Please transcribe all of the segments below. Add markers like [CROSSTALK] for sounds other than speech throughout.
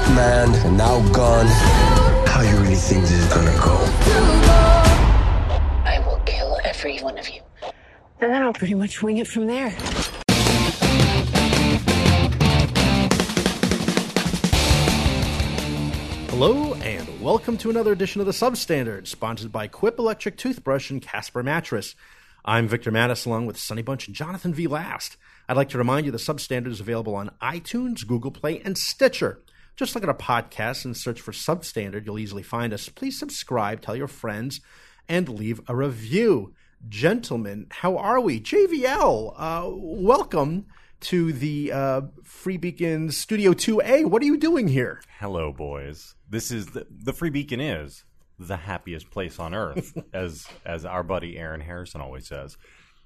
planned and now gone. How you really think this is gonna go? I will kill every one of you. And then I'll pretty much wing it from there. Hello, and welcome to another edition of The Substandard, sponsored by Quip Electric Toothbrush and Casper Mattress. I'm Victor Mattis, along with Sunny Bunch and Jonathan V. Last. I'd like to remind you The Substandard is available on iTunes, Google Play, and Stitcher. Just look at our podcast and search for Substandard. You'll easily find us. Please subscribe, tell your friends, and leave a review. Gentlemen, how are we? JVL, uh, welcome to the uh, Free Beacon Studio 2A. What are you doing here? Hello, boys. This is the, the Free Beacon is the happiest place on [LAUGHS] earth, as as our buddy Aaron Harrison always says.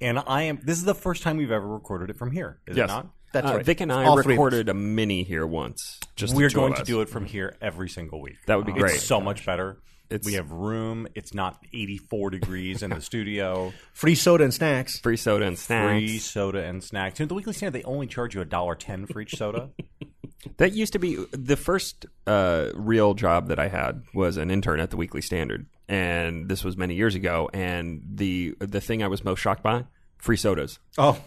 And I am. This is the first time we've ever recorded it from here. Is it not? That's right. Uh, Vic and I All three of us. recorded a mini here once. Just We're going to do it from here every single week. That would be great. It's so much better. It's- we have room. It's not 84 degrees in the studio. Free soda and snacks. free soda [LAUGHS] and snacks. Free soda and snacks. And the weekly standard, they only charge you a dollar ten for each [LAUGHS] soda. That used to be the first uh, real job that I had was an intern at the Weekly Standard, and this was many years ago. And the the thing I was most shocked by free sodas. Oh,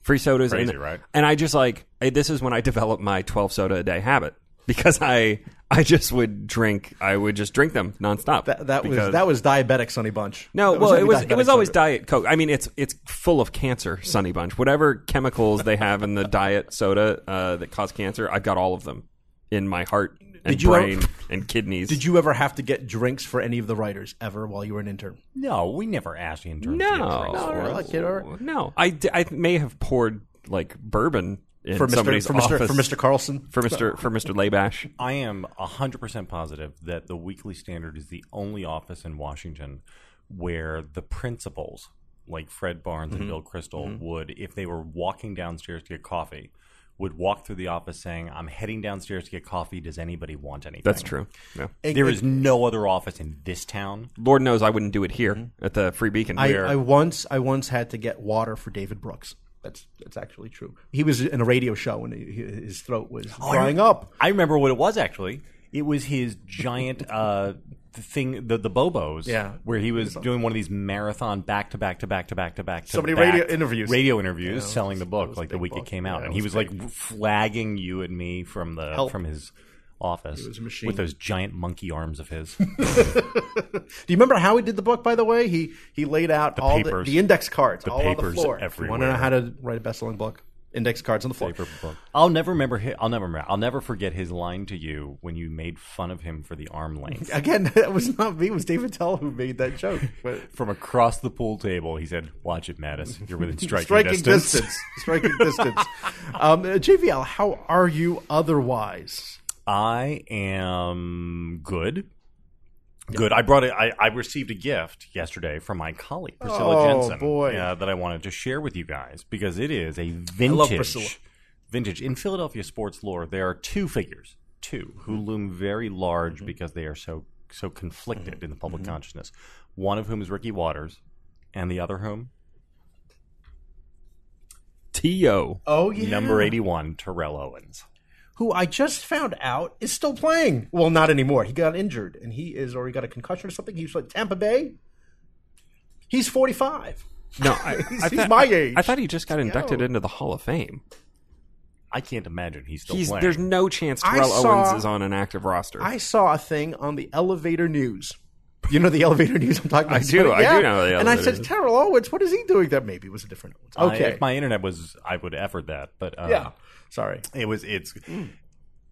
free sodas. Crazy, and, right? And I just like I- this is when I developed my twelve soda a day habit because I I just would drink I would just drink them nonstop. that, that was because- that was diabetic Sunny Bunch. No, That well, it was diabetic it was always soda. diet coke. I mean, it's it's full of cancer, Sunny Bunch. Whatever chemicals they have in the diet soda uh, that cause cancer, I've got all of them in my heart and Did you ever- brain and kidneys. Did you ever have to get drinks for any of the writers ever while you were an intern? No, we never asked interns. No, to get drinks for us. like, you know, no. I, d- I may have poured like bourbon in For Mister somebody's for Mister office for Mister Carlson. for Mister for Mister Laybash. I am 100% positive that the Weekly Standard is the only office in Washington where the principals, like Fred Barnes and Bill Crystal, would, if they were walking downstairs to get coffee, would walk through the office saying, I'm heading downstairs to get coffee. Does anybody want anything? That's true. Yeah. There is no other office in this town. Lord knows I wouldn't do it here at the Free Beacon. Mm-hmm. I, Where- I once I once had to get water for David Brooks. That's that's actually true. He was in a radio show and he, his throat was drying up. I remember what it was actually. It was his giant uh, thing, the the Bobos. Yeah. where he was doing one of these marathon back to back to back to back to back. So many to back radio interviews. radio interviews, selling the was book a like the big week book. it came out, Yeah, and it he was was like flagging you and me from the Help. from his office was a machine. with those giant monkey arms [LAUGHS] of his. Do you remember how he did the book? By the way, he he laid out all papers. the, the index cards The all on papers the floor. everywhere. Want to know how to write a best selling book? Index cards on the floor. I'll never remember. His, I'll never remember. I'll never forget his line to you when you made fun of him for the arm length. [LAUGHS] Again, that was not me. It was David Tell who made that joke. But From across the pool table, he said, "Watch it, Mattis. You're [LAUGHS] within striking, striking distance. distance. striking [LAUGHS] distance. Um, uh, JVL, how are you otherwise? I am good. Good. I brought it. I, I received a gift yesterday from my colleague Priscilla Oh, Jensen. boy. uh, that I wanted to share with you guys because it is a vintage. love Priscilla. Vintage in Philadelphia sports lore. There are two figures, two who Mm-hmm. loom very large because they are so so conflicted Mm-hmm. in the public consciousness. One of whom is Ricky Waters, and the other whom T.O. Oh yeah, number eighty-one Terrell Owens. who I just found out is still playing. Well, not anymore. He got injured, and he is, or he got a concussion or something. He's like Tampa Bay. He's forty-five. [LAUGHS] No, I, I he's my age. I thought he just got inducted go. into the Hall of Fame. I can't imagine he's still He's, playing. there's no chance I Terrell saw- Owens is on an active roster. I saw a thing on the elevator news. You know the elevator news I'm talking about. I do. I do know the And I elevator said, news. Terrell Owens, what is he doing? That maybe it was a different I- Owens. Okay. if my internet was, I would effort that. But uh, yeah. Sorry. It was it's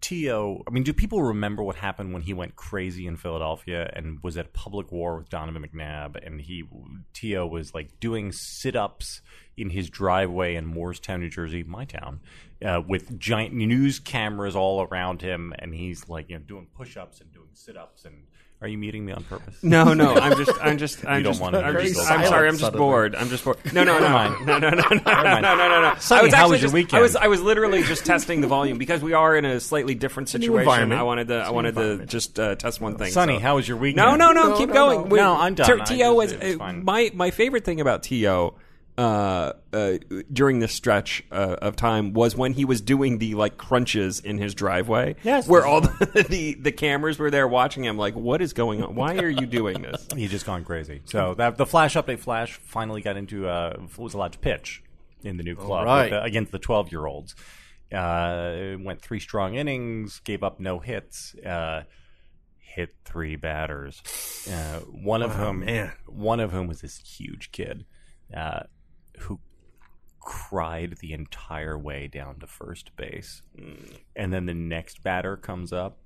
T.O. I mean, do people remember what happened when he went crazy in Philadelphia and was at public war with Donovan McNabb and he T.O. was like doing sit-ups in his driveway in Moorestown, New Jersey, my town, uh, with giant news cameras all around him and he's like, you know, doing push-ups and doing sit-ups and are you muting me on purpose? [LAUGHS] no, no, I'm [LAUGHS] just, I'm just, I'm don't just, wanna I'm, be just so I'm silent sorry, I'm just suddenly. bored. I'm just bored. No, no, no, mind. [LAUGHS] no, no, no, no, no, no, mind. no, no. I Sonny, was how actually was your just, weekend? I was, I was literally just testing the volume because we are in a slightly different situation. environment. I wanted to, I wanted to just uh, test one thing. Sonny, so. how was your weekend? No, no, no, keep no, going. no. We're- No, I'm done. Ter- I T.O. was just- it's uh, fine. my my favorite thing about T.O. uh, uh, during this stretch uh, of time was when he was doing the like crunches in his driveway. Yes. where all the, [LAUGHS] the the cameras were there watching him. Like, what is going on? Why are you doing this? He's just gone crazy. So that the Flash update, Flash finally got into uh, was allowed to pitch in the new club right. with the- against the twelve year olds. Uh, went three strong innings, gave up no hits, uh, hit three batters. Uh, one of whom, man. one of whom was this huge kid uh, who cried the entire way down to first base, and then the next batter comes up.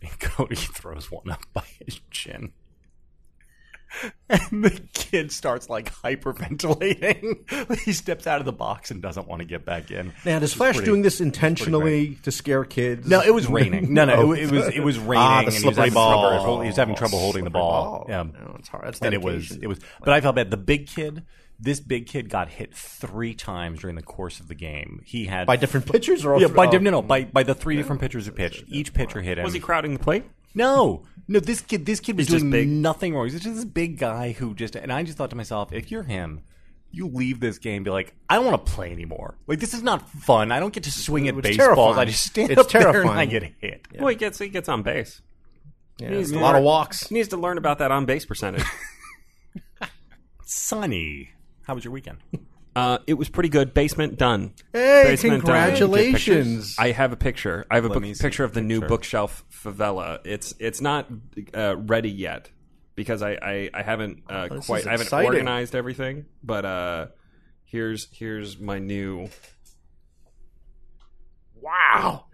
And [LAUGHS] Cody throws one up by his chin and [LAUGHS] the kid starts like hyperventilating. [LAUGHS] he steps out of the box and doesn't want to get back in. Now, does Flash doing this intentionally to scare kids? Oh. No, it was raining. [LAUGHS] No, no, it, it was it was raining. Ah, the and he was slippery having trouble ball. hol- He was having trouble holding the Slippery ball. ball. Yeah. No, it's hard. That's and it was dedication. it was. But I felt bad. The big kid. This big kid got hit three times during the course of the game. He had by different pitchers or yeah, by oh, different no, no, by by the three different pitchers who pitched. Each pitcher hit him. Was he crowding the plate? No, no. This kid, this kid was He's just doing big. nothing wrong. He's just this big guy who just. And I just thought to myself, if you're him, you leave this game, and be like, I don't want to play anymore. Like this is not fun. I don't get to swing at It's baseballs. I terrifying. just stand It's up there and I terrifying. get hit. Well, he gets he gets on base. oh. Yeah, He's a lot of learn- walks. He needs to learn about that on base percentage. Sunny, how was your weekend? Uh, it was pretty good. Basement done. Hey, Basement done. congratulations. I have a picture. I have a book, me see picture of the new picture. bookshelf favela. It's it's not uh, ready yet because I I, I haven't uh, Oh, this quite is I haven't exciting. organized everything. But uh, here's here's my new. Wow.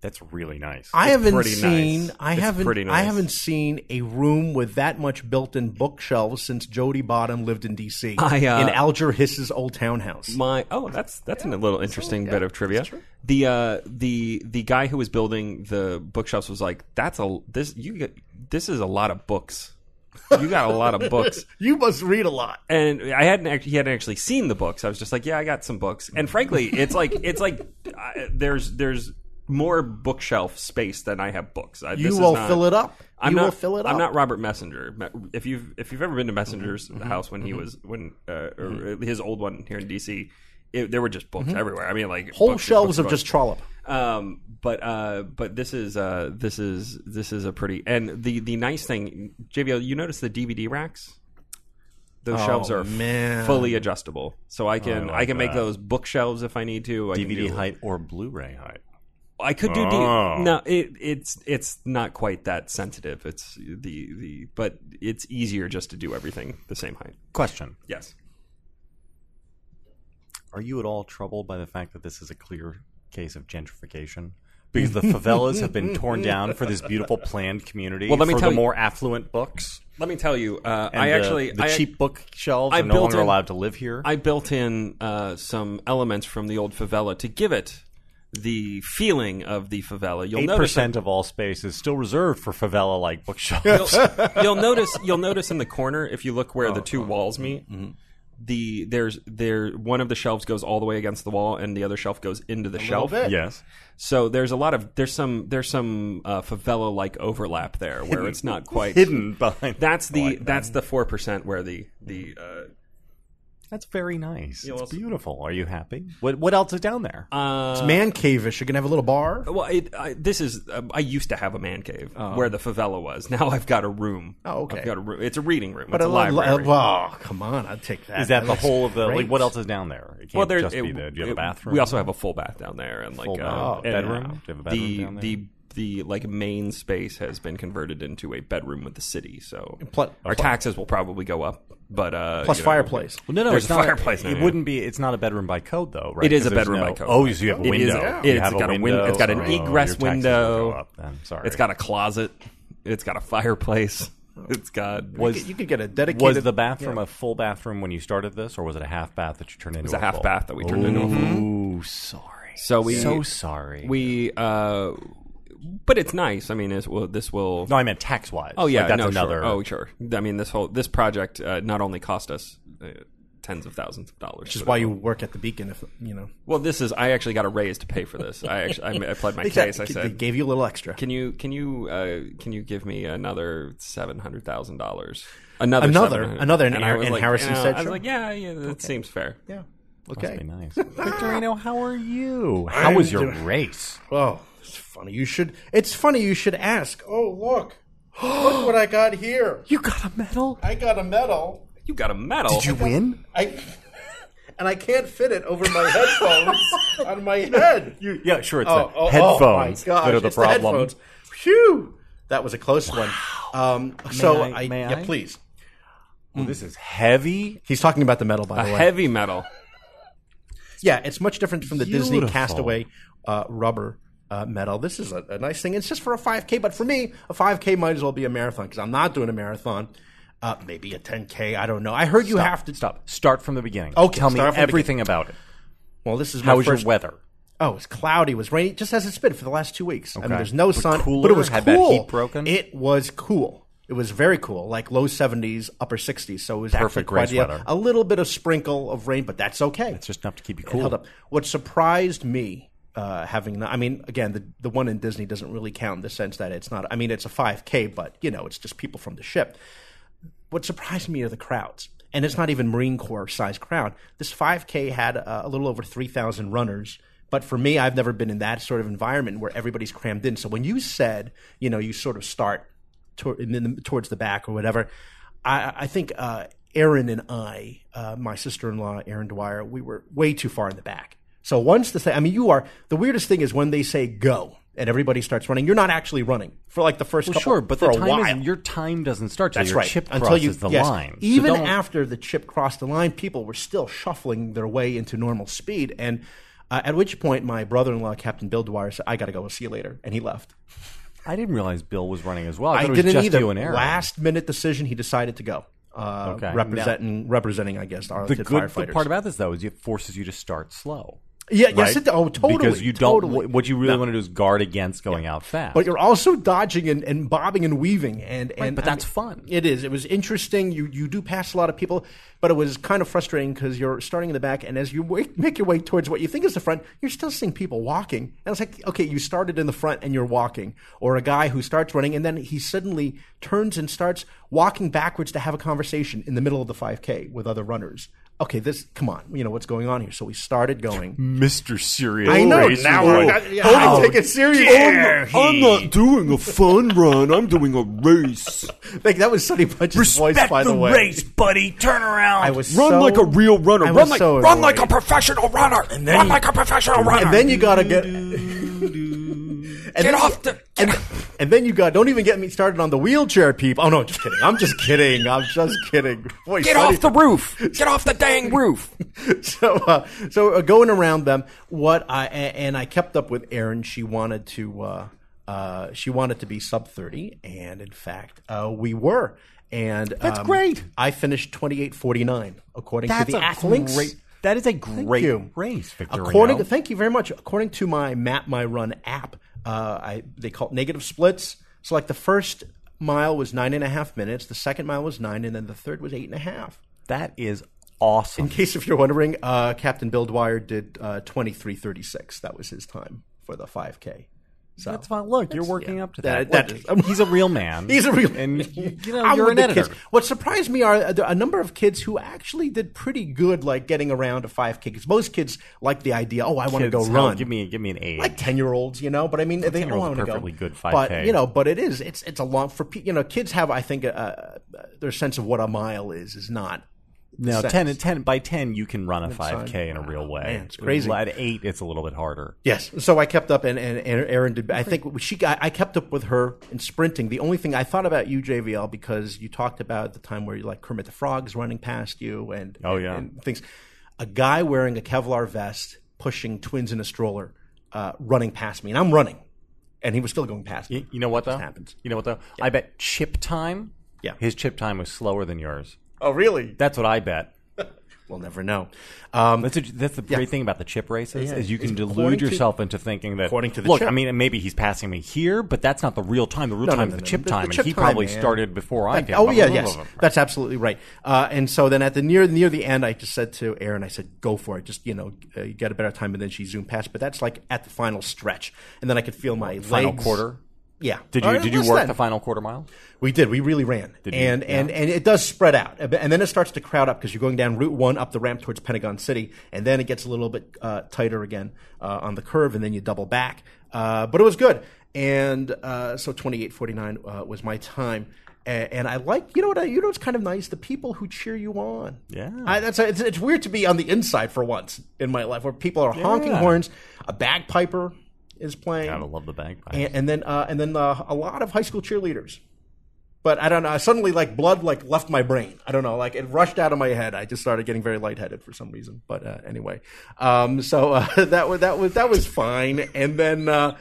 That's really nice. I haven't pretty nice. seen. I It's haven't. pretty I nice. haven't seen a room with that much built-in bookshelves since Jody Bottom lived in D.C. I, uh, in Alger Hiss's old townhouse. My oh, that's that's a little interesting bit of trivia. The uh, the the guy who was building the bookshelves was like, "That's a this you get- this is a lot of books. You got a lot [LAUGHS] of books." you must read a lot. and I hadn't actually, he hadn't actually seen the books. I was just like, yeah, I got some books. Mm-hmm. [LAUGHS] And frankly, it's like it's like I, there's there's more bookshelf space than I have books. I, You will fill it up. I'm you not, will fill it up. Mm-hmm. I'm not Robert Messenger. Me- If you've if you've ever been to Messenger's house when he was when uh, or his old one here in DC, it, there were just books everywhere. I mean, like Mm-hmm. Whole books and shelves books of and just books. trollop. Um, but uh, but this is uh, this is this is a pretty and the the nice thing, JBL. You notice the DVD racks? Oh, Those shelves are man. fully adjustable, so I can I, like can make that. those bookshelves if I need to. I can DVD do- height or Blu-ray height? I could do. D- Oh. no, it, it's it's not quite that sensitive. It's the the but it's easier just to do everything the same height. Question: Yes. Are you at all troubled by the fact that this is a clear case of gentrification? Because the favelas have been torn down for this beautiful planned community. Well, let me for tell the you- more affluent books. Let me tell you, uh, And I the- actually the I- cheap bookshelves I are no built longer in- allowed to live here. I built in uh, some elements from the old favela to give it the feeling of the favela. You'll Eight notice. percent of all space is still reserved for favela-like bookshelves. You'll notice. You'll notice in the corner if you look where Oh, the two walls meet. Mm-hmm. The there's there one of the shelves goes all the way against the wall, and the other shelf goes into the shelf. bit. [LAUGHS] yes, So there's a lot of there's some there's some uh, favela like overlap there where [LAUGHS] it's not quite hidden Oh, behind. That's the that's the four percent where the the uh, That's very nice. It's also- beautiful. Are you happy? What What else is down there? It's man cave-ish. You can have a little bar. Well, it, I, this is. Um, I used to have a man cave Oh. where the favela was. Now I've got a room. Oh, okay. I've got a room. It's a reading room. But it's a a, li- library. li- well, come on, I'll take that. is that the looks whole of the? Like, great. what else is down there? It can't well, there's just be it- the. Do you have a it- bathroom? We also have a full bath down there and like Full uh, bath. Oh, and, Bedroom? uh, Do you have a bedroom the down there? the the like main space has been converted into a bedroom with the city. So Plus- our taxes will probably go up, but uh, plus you know, fireplace? Well, no, no, There's it's a not fireplace in It there. wouldn't be. It's not a bedroom by code, though, right? It is a 'Cause there's bedroom no- by code. Oh, so you have a It is- window. yeah. You it's have got a win- window, it's got an so egress your taxes will window. go up then. Sorry. It's got a closet. It's got a fireplace. [LAUGHS] It's got You could- you could get a dedicated. Was the bathroom a full bathroom when you started this, or was it a half bath that you turned into? was a half full? bath that we turned into a Ooh, sorry. So we- so sorry. we uh but it's nice i mean it's, well, this will no, I meant tax wise. oh yeah like, that's no, sure. another. oh sure i mean this whole this project uh, not only cost us uh, tens of thousands of dollars. Which is why you work at the Beacon, if you know. Well, this is. I actually got a raise to pay for this. I actually, I, [LAUGHS] I pled my case. I they said, gave you a little extra. "Can you, can you, uh, can you give me another seven hundred thousand dollars? Another, Another? 700,000." Another, and I Har- was and like, Harrison you know, said I was sure. like, yeah, yeah, that seems fair. Yeah. Be Okay. [LAUGHS] nice. Victorino, how are you? How was your race? Oh, it's funny. You should. It's funny. You should ask. Oh, look. [GASPS] look what I got here. You got a medal? I got a medal. You got a medal. Did win? I. And I can't fit it over my headphones on my head. [LAUGHS] You, yeah, sure. It's oh, the oh, oh, headphones my gosh, that are the it's problem. headphones. Phew. That was a close one. Um, so I- I, may yeah, I? please. Well, this is heavy. He's talking about the medal, by A the way. heavy medal. Yeah, it's much different from the Disney Beautiful. Castaway uh, rubber uh, medal. This is a, a nice thing. It's just for a 5K, but for me, a 5K might as well be a marathon because I'm not doing a marathon. Uh, maybe a 10K. I don't know. I heard you have to Stop. Start from the beginning. Okay, tell me start from the everything about it. Well, this is my How was first. your weather? Oh, it's cloudy. It was rainy, just as it's been for the last two weeks. I Okay. mean, there's no But sun, cooler? but it was Had that cool. heat broken? It was cool. It was very cool, like low 70s, upper 60s. So it was actually Perfect gray quite the- uh, sweater. a little bit of sprinkle of rain, but that's okay. It's just enough to keep you It cool. held up. What surprised me, uh, having I mean, again, the the one in Disney doesn't really count in the sense that it's not. I mean, it's a 5K, but you know, it's just people from the ship. What surprised me are the crowds, and it's not even Marine Corps size crowd. This 5K had uh, a little over 3,000 runners. But for me, I've never been in that sort of environment where everybody's crammed in. So when you said, you know, you sort of start tor- in the, towards the back or whatever. I, I think uh, Aaron and I, uh, my sister in law, Aaron Dwyer, we were way too far in the back. So once the thing, I mean, you are, the weirdest thing is when they say go and everybody starts running, you're not actually running for like the first Well, couple sure, but for the a time while. is, your time doesn't start till That's your right. chip Until crosses you the yes. line. So Even don't- after the chip crossed the line, people were still shuffling their way into normal speed. And uh, at which point, my brother-in-law, Captain Bill Dwyer, said, "I got to go. We'll see you later," and he left. I didn't realize Bill was running as well. I I, thought it was didn't just either. You and Aaron. Last minute decision, he decided to go. Uh, Okay. Representing, representing, I guess, the Arlington good the firefighters. part about this though is it forces you to start slow. yeah, yes, right? it, oh, totally. Because you don't. totally. What you really want to do is guard against going out fast. but you're also dodging and, and bobbing and weaving, and, and but I that's mean, fun. It is. It was interesting. You you do pass a lot of people, but it was kind of frustrating because you're starting in the back, and as you wait, make your way towards what you think is the front, you're still seeing people walking. And it's like, okay, you started in the front and you're walking, or a guy who starts running and then he suddenly turns and starts walking backwards to have a conversation in the middle of the 5K with other runners. Okay, this come on, you know what's going on here. So we started going. Mr. Serious. I know Race now Rule. we're not, yeah, how take it serious. Oh, I'm not doing a fun run. I'm doing a race. Like that was Sonny Punch's voice, Respect by the, the way. race, buddy. Turn around. I was run so- like a real runner. I Run was like so run like a annoyed. professional runner. run like a professional runner. And then you gotta get. and get then- off the. And, and then you got. Don't even get me started on the wheelchair people. Oh no, just kidding. I'm just kidding. I'm just kidding. Boy, Get Sonny- off the roof! [LAUGHS] Get off the dang roof! so uh, so uh, going around them what i a- and i kept up with erin she wanted to uh, uh, she wanted to be sub 30 and in fact uh, we were and that's great. i finished 2849 according That's to the a athlinks great. That is a great you. race, Victor. According, thank you very much. According to my Map My Run app, uh, I they call it negative splits. So like the first mile was nine and a half minutes, the second mile was nine, and then the third was eight and a half. that is awesome. In case if you're wondering, uh, Captain Bill Dwyer did uh, 23:36. That was his time for the 5K. So That's fine. Look, you're working yeah. up to that. That- Look, that is- he's a [LAUGHS] real man. These are real. And [LAUGHS] you know, I'm you're with an the editor. kids. What surprised me are the- a number of kids who actually did pretty good, like getting around a 5K. Because most kids like the idea, oh, I want to Kids, go hell, run. Give me, give me an age. like ten year olds, you know. But I mean, they don't 10-year-olds want to go. perfectly good 5K. But you know, but it is. It's it's a long for pe- you know. Kids have, I think, uh, uh, their sense of what a mile is is not. No, sense. 10, and 10 by 10, you can run a 5K in a real way. man, it's crazy. At 8, it's a little bit harder. Yes. So I kept up, and and, and Erin did. I think she. Got, I kept up with her in sprinting. The only thing I thought about you, JVL, because you talked about the time where you like Kermit the Frog's running past you, and Oh, yeah. and things. A guy wearing a Kevlar vest pushing twins in a stroller, uh, running past me, and I'm running, and he was still going past me. You, you know what, though? happens. You know what, though? I bet chip time, Yeah. his chip time was slower than yours. Oh, really? That's what I bet. We'll never know. Um, That's a, that's the great thing about the chip races Yeah. is you can It's according delude to- yourself into thinking that. According to the look, chip. I mean, maybe he's passing me here, but that's not the real time. The real No, no, time no, is the no. chip The- the time, chip and he time, probably man. started before I Like, did. oh yeah, yes, that's absolutely right. Uh, and so then at the near near the end, I just said to Aaron, I said, "Go for it, just you know, uh, you get a better time." And then she zoomed past, but that's like at the final stretch, and then I could feel my Final legs- quarter. Yeah. Did you Or did you less work than. the final quarter mile? We did. We really ran. you? and and and it does spread out, A bit- and then it starts to crowd up because you're going down Route One up the ramp towards Pentagon City, and then it gets a little bit uh, tighter again uh, on the curve, and then you double back. Uh, but it was good, and uh, so 28:49 uh, was my time. A- And I like, you know what? I, you know what's kind of nice? The people who cheer you on. Yeah. I, that's it's, it's weird to be on the inside for once in my life, where people are honking Yeah. horns. A bagpiper is playing Gotta love the bagpipe. and, and then uh, and then uh, a lot of high school cheerleaders. But I don't know. Suddenly, like blood, like left my brain. I don't know. Like it rushed out of my head. I just started getting very lightheaded for some reason. But uh, anyway, um, so uh, [LAUGHS] that was that was that was fine. And then, uh,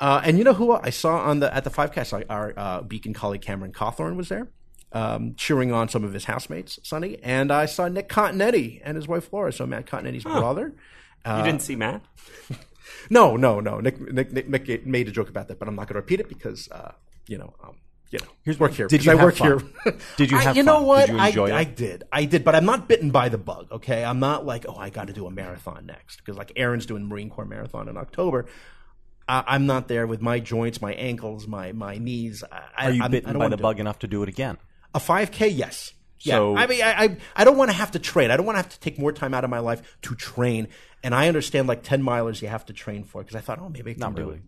uh, and you know who I saw on the at the five cast? Our uh, Beacon colleague Cameron Cawthorn was there, um, cheering on some of his housemates, Sonny. And I saw Nick Continetti and his wife Laura. So Matt Continetti's brother. Uh, you didn't see Matt? No, no, no. Nick, Nick, Nick, Nick made a joke about that, but I'm not going to repeat it because, uh, you know, um, you know, Here's- work here. did because you I have work fun? here? Did you [LAUGHS] I- have You know fun? what? Did you I, enjoy it? I did. I did, but I'm not bitten by the bug. Okay, I'm not like, oh, I got to do a marathon next because like Aaron's doing Marine Corps marathon in October. I, I'm not there with my joints, my ankles, my my knees. I, I, Are you I'm- I bitten don't by wanna the do it. bug enough to do it again? A 5K, yes. Yeah. So- I mean, I, I, I don't want to have to train. I don't want to have to take more time out of my life to train. And I understand like 10 milers you have to train for because I thought, oh, maybe I can Not do really. it.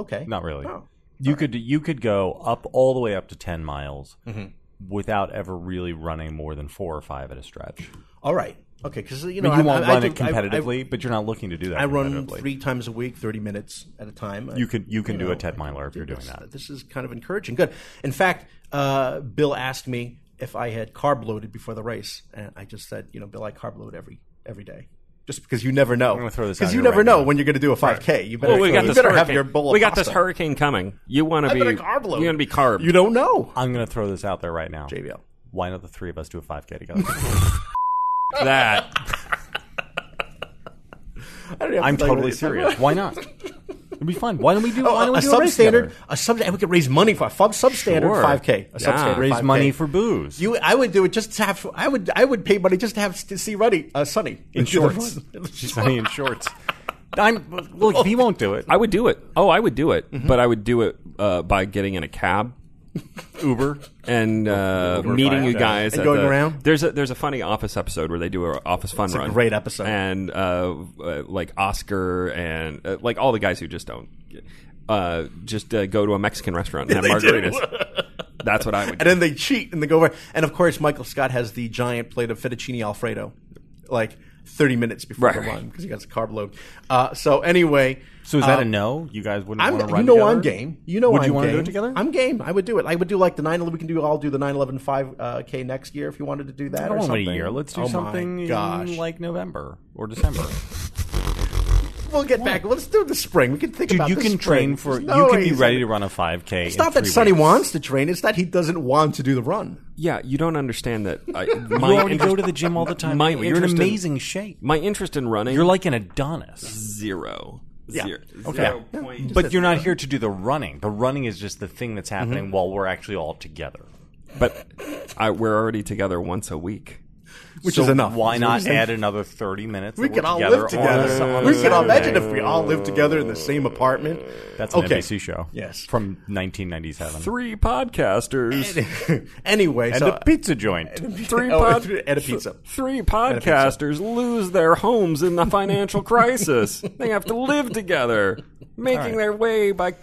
Okay. Not really. Oh. You could you could go up all the way up to ten miles without ever really running more than four or five at a stretch. All right. Okay. Because, you I know, mean, you won't I, run do- it I- I- competitively, but you're not looking to do that. I, run competitively. three times a week, 30 minutes at a time. You can you can do know, a ten miler if you're doing That's- that. This is kind of encouraging. Good. In fact, uh, Bill asked me if I had carb loaded before the race, and I just said, you know, Bill, I carb load every every day. Just because you never know. gonna throw this out Because you here never right know now. when you're going to do a 5K. You better, Well, we got you this better hurricane. have your bowl. Of we got this pasta. hurricane coming. You want to I be? better carb load. You want to be carb? You don't know. I'm gonna throw this out there right now. JBL. Why not the three of us do a five [LAUGHS] k together? that? I don't have to I'm tell you [LAUGHS] totally what you're talking serious. Why not? It'd be fun. Why don't we do? about. why Oh, don't a we do a race substandard, together? a sub, and we could raise money for a fub, substandard Sure. 5K. A Yeah. substandard Raise 5K. money for booze. Ah, You, I would do it just to have. I would, I would pay money just to have to see Ruddy, uh, Sunny in shorts. [LAUGHS] She's only in shorts. I'm look. Oh. He won't do it. I would do it. Oh, I would do it, but I would do it uh, by getting in a cab. Uber and uh, Uber meeting you Firebase. guys And at going the- around? There's a there's a funny office episode where they do an office fun a run. great episode. and uh, uh, like Oscar and uh, like all the guys who just don't uh, just uh, go to a Mexican [LAUGHS] restaurant and have margaritas. That's what I would. do. and then they cheat and they go over. And of course, Michael Scott has the giant plate of fettuccine alfredo, like thirty minutes before Right, the right. run because he got a carb load. Uh, so anyway, So is that uh, a no? You guys wouldn't I'm, want to you run know together? I'm game. You know Would I'm you wanna game. do it together? I'm game. I would do it. I would do like the nine. We can do all do the nine eleven five uh, k next year if you wanted to do that. I don't or want to wait something. a year. Let's do Oh my something gosh. in like November [LAUGHS] or December. we'll get back. Let's do it this spring. We can think Dude, about you this can spring. train for. There's no you can be reason. ready to run a 5K. It's not that Sonny wants to train. It's that he doesn't want to do the run. Yeah, you don't understand that. [LAUGHS] I, You my already interest- go to the gym all the time. My You're in interest in- amazing shape. My interest in running. You're like an Adonis, zero. Yeah. Zero. Okay. Zero Yeah. point. but you're not here to do the running. The running is just the thing Mm-hmm. that's happening while we're actually all together. But I, we're already together once a week. Which So is enough. Why So not just think- add another 30 minutes? We that could we're all live together on a- together. on a we could all Saturday? imagine if we all lived together in the same apartment. That's an Okay. NBC show. Yes. from 1997. Three podcasters. [LAUGHS] anyway, and so [LAUGHS] a pizza joint. Three Oh, [LAUGHS] pod- [LAUGHS] and a pizza. Three podcasters lose their homes in the [LAUGHS] financial crisis. they have to live together, making their way by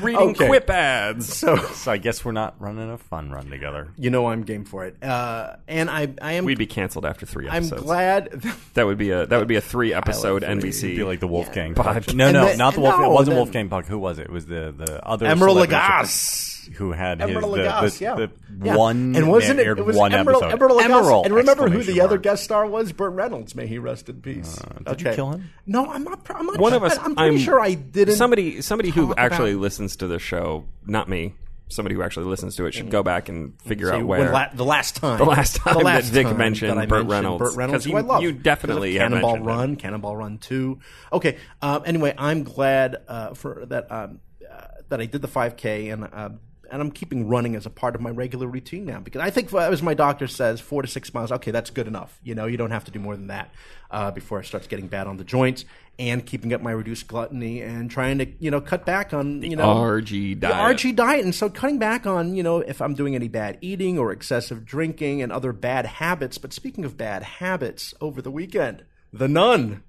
reading Okay. quip ads. so So I guess we're not running a fun run together. you know I'm game for it. Uh, and I, I am. We'd be canceled after three I'm episodes. glad. [LAUGHS] that would be a that would be a three episode NBC. Be like the Wolfgang Yeah. Puck. Podcast. No, no, And then- not the Wolfgang. no, it wasn't then- Wolfgang Puck. Who was it? It was the the other Emerald celebrity Lagasse. who had his Emerald the, Lagasse, the, yeah. the Yeah. one and wasn't that it? Mm, aired It was one Emerald, episode. Emerald Lagasse. Emerald, and remember who exclamation the other mark. Uh, guest star was? Burt Reynolds. May he rest in peace. did you kill him? No, I'm not. pr- I'm not. One of us. I'm pretty sure I didn't. Somebody, somebody who talk actually about- listens to the show, not me, somebody who actually listens to it should go back and figure Say out when where la- the last time, The last time that Dick time mentioned I Burt Reynolds. Burt Reynolds, 'Cause who you- I love. you Because of definitely have Cannonball mentioned him. Run, Cannonball Run Two. Okay. Um, anyway, I'm glad uh, for that um, uh, that I did the 5K and. Uh, and I'm keeping running as a part of my regular routine now because I think, uh, as my doctor says, four to six miles. Okay, that's good enough. You know, you don't have to do more than that uh, before it starts getting bad on the joints. And keeping up my reduced gluttony and trying to, you know, cut back on, you know, RG the diet. RG diet, and so cutting back on you know if I'm doing any bad eating or excessive drinking and other bad habits. But speaking of bad habits, over the weekend, the nun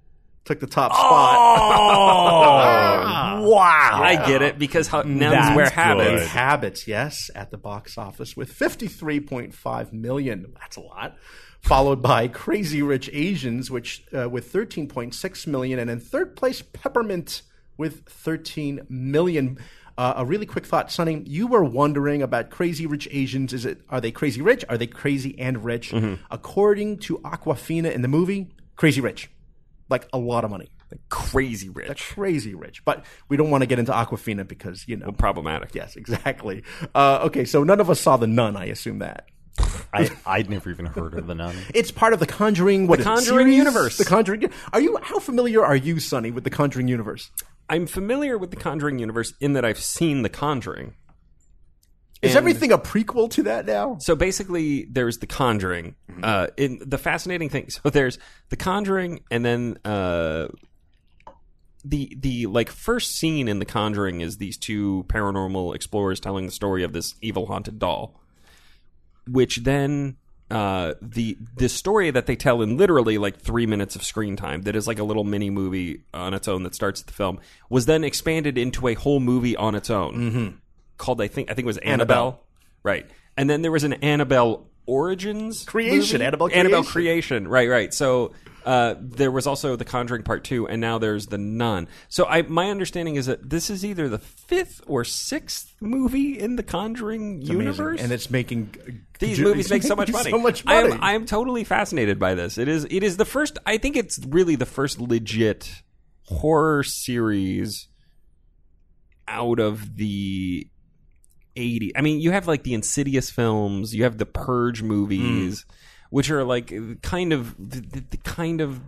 took the top Oh, spot. [LAUGHS] wow. I get it because how, now That's these wear good. habits. habits, yes, at the box office with 53.5 million. That's a lot. Followed by Crazy Rich Asians, which uh, with 13.6 million, and in third place Peppermint with 13 million. Uh, a really quick thought, Sonny. You were wondering about Crazy Rich Asians. Is it are they crazy rich? Are they crazy and rich? According to Aquafina in the movie, crazy rich, like a lot of money, Crazy rich. crazy rich. But we don't want to get into Aquafina because you know Problematic. Yes, exactly. Uh, okay, so none of us saw The Nun, I assume that. I, I'd never even heard of [LAUGHS] the nun. It's part of the Conjuring. What the Conjuring universe. The Conjuring. Are you? How familiar are you, Sonny, with the Conjuring universe? I'm familiar with the Conjuring universe in that I've seen The Conjuring. Is And- everything a prequel to that now? So basically, there's The Conjuring. Uh, in the fascinating thing, [LAUGHS] so there's The Conjuring, and then uh, the the like first scene in The Conjuring is these two paranormal explorers telling the story of this evil haunted doll, which then. Uh, the the story that they tell in literally like three minutes of screen time that is like a little mini movie on its own that starts the film was then expanded into a whole movie on its own called I think I think it was Annabelle. Mm-hmm. Annabelle. Right. And then there was an Annabelle Origins Creation, movie? Annabelle Annabelle Creation. Creation. Right, right. So uh, there was also The Conjuring Part 2 and now there's The Nun. So I my understanding is that this is either the 5th or 6th movie in the Conjuring universe. Amazing. And it's making these ju- [LAUGHS] movies it's make so much making money. So much I money. am, I am totally fascinated by this. It is it is the first I think it's really the first legit horror series out of the 80 I mean you have like the Insidious films, you have the Purge movies Mm. which are like kind of the, the, the kind of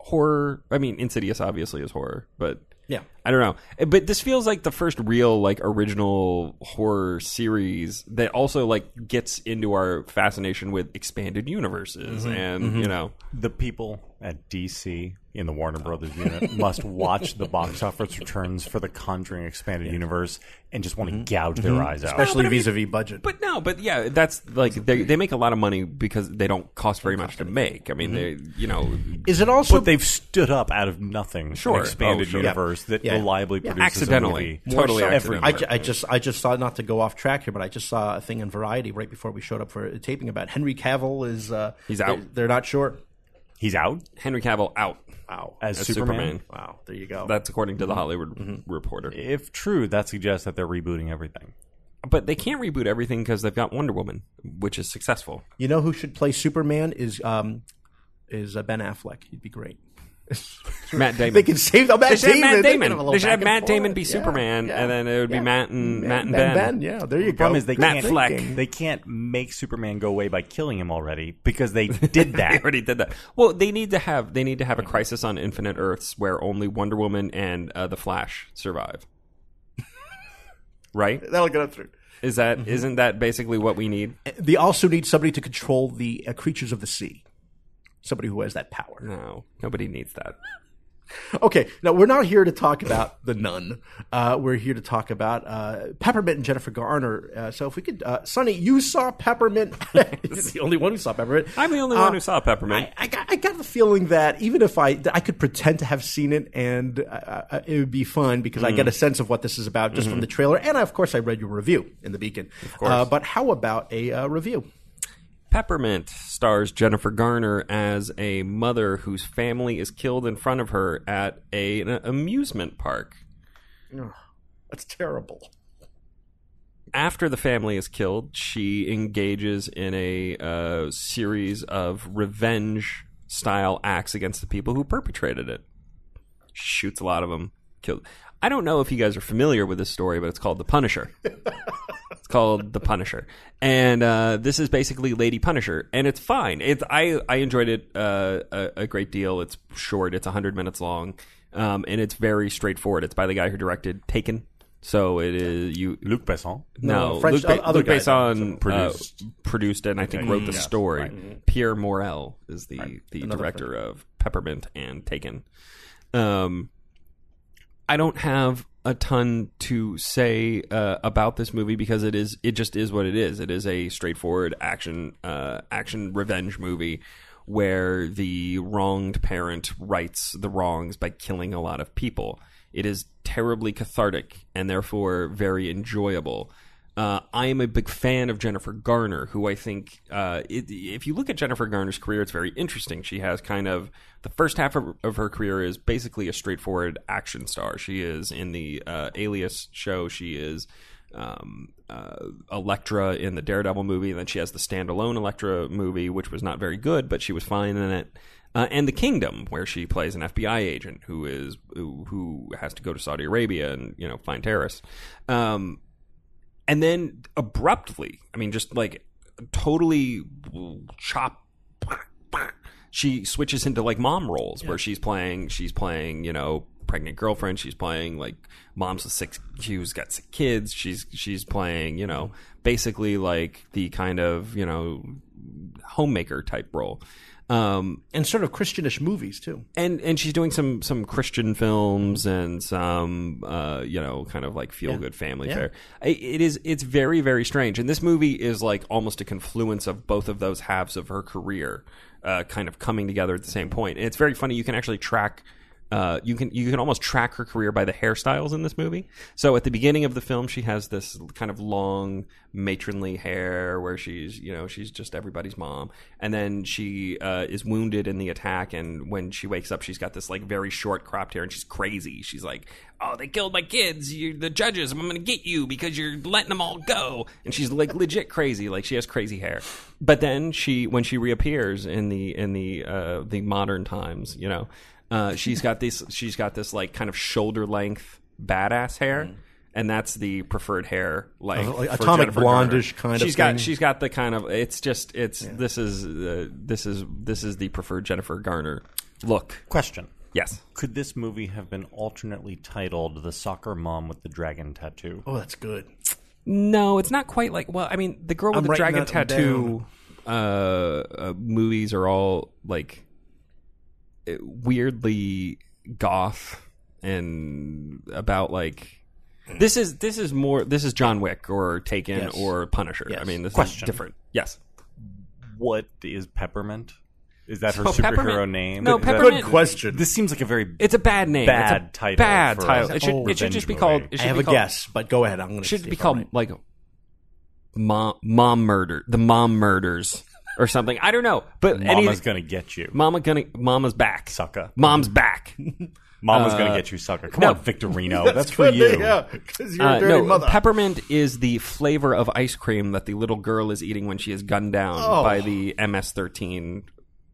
horror I mean Insidious obviously is horror, but yeah. I don't know, Eh, but this feels like the first real like original horror series that also like gets into our fascination with expanded universes and you know The people at DC in the Warner Brothers unit must watch the box office returns for the Conjuring expanded universe and just want to gouge their eyes out. Mm-hmm. Especially vis-a-vis budget. But no, but yeah, that's like they they make a lot of money because they don't cost very much to make. I mean, they you know is it also but they've stood up out of nothing Sure. an expanded Oh, sure. universe that Yeah. reliably Yeah. produces Accidentally. a movie. Totally Every- accidentally. I, ju- I just I just saw not to go off track here, but I just saw a thing in Variety right before we showed up for taping about Henry Cavill is uh, He's out. They're, they're not sure. he's out Henry Cavill out Wow, as, as Superman. Superman. wow, there you go. That's according to the Hollywood Reporter. If true, that suggests that they're rebooting everything. But they can't reboot everything because they've got Wonder Woman, which is successful. You know who should play Superman is um, is uh, Ben Affleck. He'd be great. Matt Damon. They can save the Matt They should Damon. have They Matt can Damon. have a little They should have back and Matt Damon forth. be Yeah, Superman, yeah. and then it would be Yeah. Matt and Matt and Ben. Ben. Yeah, there you The go. problem is they Matt can't [LAUGHS] Fleck. they can't make Superman go away by killing him already because they [LAUGHS] did They that. [LAUGHS] already did that. Well, they need to have they need to have a crisis on Infinite Earths where only Wonder Woman and uh, the Flash survive. [LAUGHS] right? That'll get up through. Is that Mm-hmm. not that basically what we need? They also need somebody to control the uh, creatures of the sea. Somebody who has that power. No, nobody needs that. Okay, now we're not here to talk about [LAUGHS] the nun. Uh, we're here to talk about uh, Peppermint and Jennifer Garner. Uh, so if we could, uh, Sonny, you saw Peppermint. [LAUGHS] He's the only one who saw Peppermint. I'm the only Uh, one who saw Peppermint. I, I, got, I got the feeling that even if I that I could pretend to have seen it and uh, uh, it would be fun because I get a sense of what this is about just from the trailer and of course I read your review in the Beacon. Of course. Uh, but how about a uh, review? Peppermint stars Jennifer Garner as a mother whose family is killed in front of her at a, an amusement park. That's terrible. after the family is killed, she engages in a uh, series of revenge style acts against the people who perpetrated it. Shoots a lot of them. Killed. I don't know if you guys are familiar with this story, but it's called The Punisher. it's called The Punisher, and uh, this is basically Lady Punisher, and it's fine. It's I I enjoyed it uh, a, a great deal. It's short. It's hundred minutes long, um, and it's very straightforward. It's by the guy who directed Taken, so it is you. Luc Besson. No, French- Luc, Ba- other Luc guy Besson produced, produced. uh, produced it, and I think wrote the Yes, story. right. Pierre Morel is the, the director of Peppermint and Taken. Um, I don't have a ton to say uh, about this movie because it is it just is what it is. It is a straightforward action uh, action revenge movie where the wronged parent rights the wrongs by killing a lot of people. It is terribly cathartic and therefore very enjoyable. Uh, I am a big fan of Jennifer Garner, who I think, uh, it, if you look at Jennifer Garner's career, it's very interesting. She has kind of the first half of, of her career is basically a straightforward action star. She is in the uh, Alias show. She is um, uh, Elektra in the Daredevil movie, and then she has the standalone Elektra movie, which was not very good, but she was fine in it. Uh, and The Kingdom, where she plays an FBI agent who is who, who has to go to Saudi Arabia and you know find terrorists. Um, and then abruptly, I mean, just like totally chop. She switches into like mom roles where she's playing, she's playing, you know, pregnant girlfriend. She's playing like moms with six, who's got sick kids. She's she's playing, you know, basically like the kind of you know homemaker type role. Um, and sort of Christianish movies too. and and she's doing some some Christian films and some uh, you know kind of like feel good family Yeah. fare. I it is it's very very strange, and this movie is like almost a confluence of both of those halves of her career, uh, kind of coming together at the same point. And it's very funny. You can actually track. Uh, you can you can almost track her career by the hairstyles in this movie. So at the beginning of the film, she has this kind of long matronly hair where she's you know she's just everybody's mom, and then she uh, is wounded in the attack, and when she wakes up, she's got this like very short cropped hair, and she's crazy. She's like, "Oh, they killed my kids! You're the judges! I'm gonna get you because you're letting them all go!" And she's like legit crazy, like she has crazy hair. But then she when she reappears in the in the uh, the modern times, you know. Uh, she's got this. She's got this like kind of shoulder length badass hair, and that's the preferred hair like, Uh, like for atomic Jennifer Garner. blondish kind of She's got. thing. She's got the kind of. It's just. It's this is uh, this is this is the preferred Jennifer Garner look. Question. Yes. Could this movie have been alternately titled The Soccer Mom with the Dragon Tattoo? Oh, that's good. No, it's not quite like. Well, I mean, the girl with I'm the writing dragon that one tattoo uh, uh, movies are all like uh, weirdly goth and about like this is this is more this is John Wick or Taken Yes. or Punisher. I Yes. mean, this is Question. different. Yes. What is Peppermint? Is that her So superhero Peppermint- name? no, Is that- Peppermint- Good question. This seems like a very It's a bad name. Bad it's a title Bad for title. a It should, it should revenge just be movie. called. It I should have be a called, guess, but go ahead. I'm going to should be called like mom mom murder the mom murders or something i don't know but Mama's any, gonna get you. mama gonna mama's back Sucker. [LAUGHS] mom's back Uh, Mama's gonna get you, sucker. Come no. on, [LAUGHS] Victorino. That's, for [LAUGHS] you. because you're Uh, a dirty no mother. peppermint is the flavor of ice cream that the little girl is eating when she is gunned down Oh. by the ms-13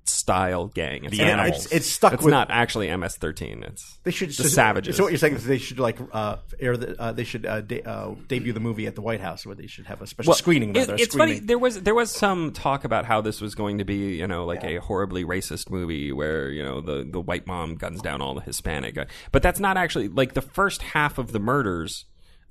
style gang it's, The not- animal. it's, it's stuck it's with. not actually ms-13 it's they should the so, savages So what you're saying is they should like uh, air the, uh, they should uh, de- uh, debut the movie at the White House where they should have a special Well, screening. it- rather, a it's screening. funny. There was there was some talk about how this was going to be, you know, like a horribly racist movie where you know the the white mom guns down all the Hispanic, guy. but that's not actually like the first half of the murders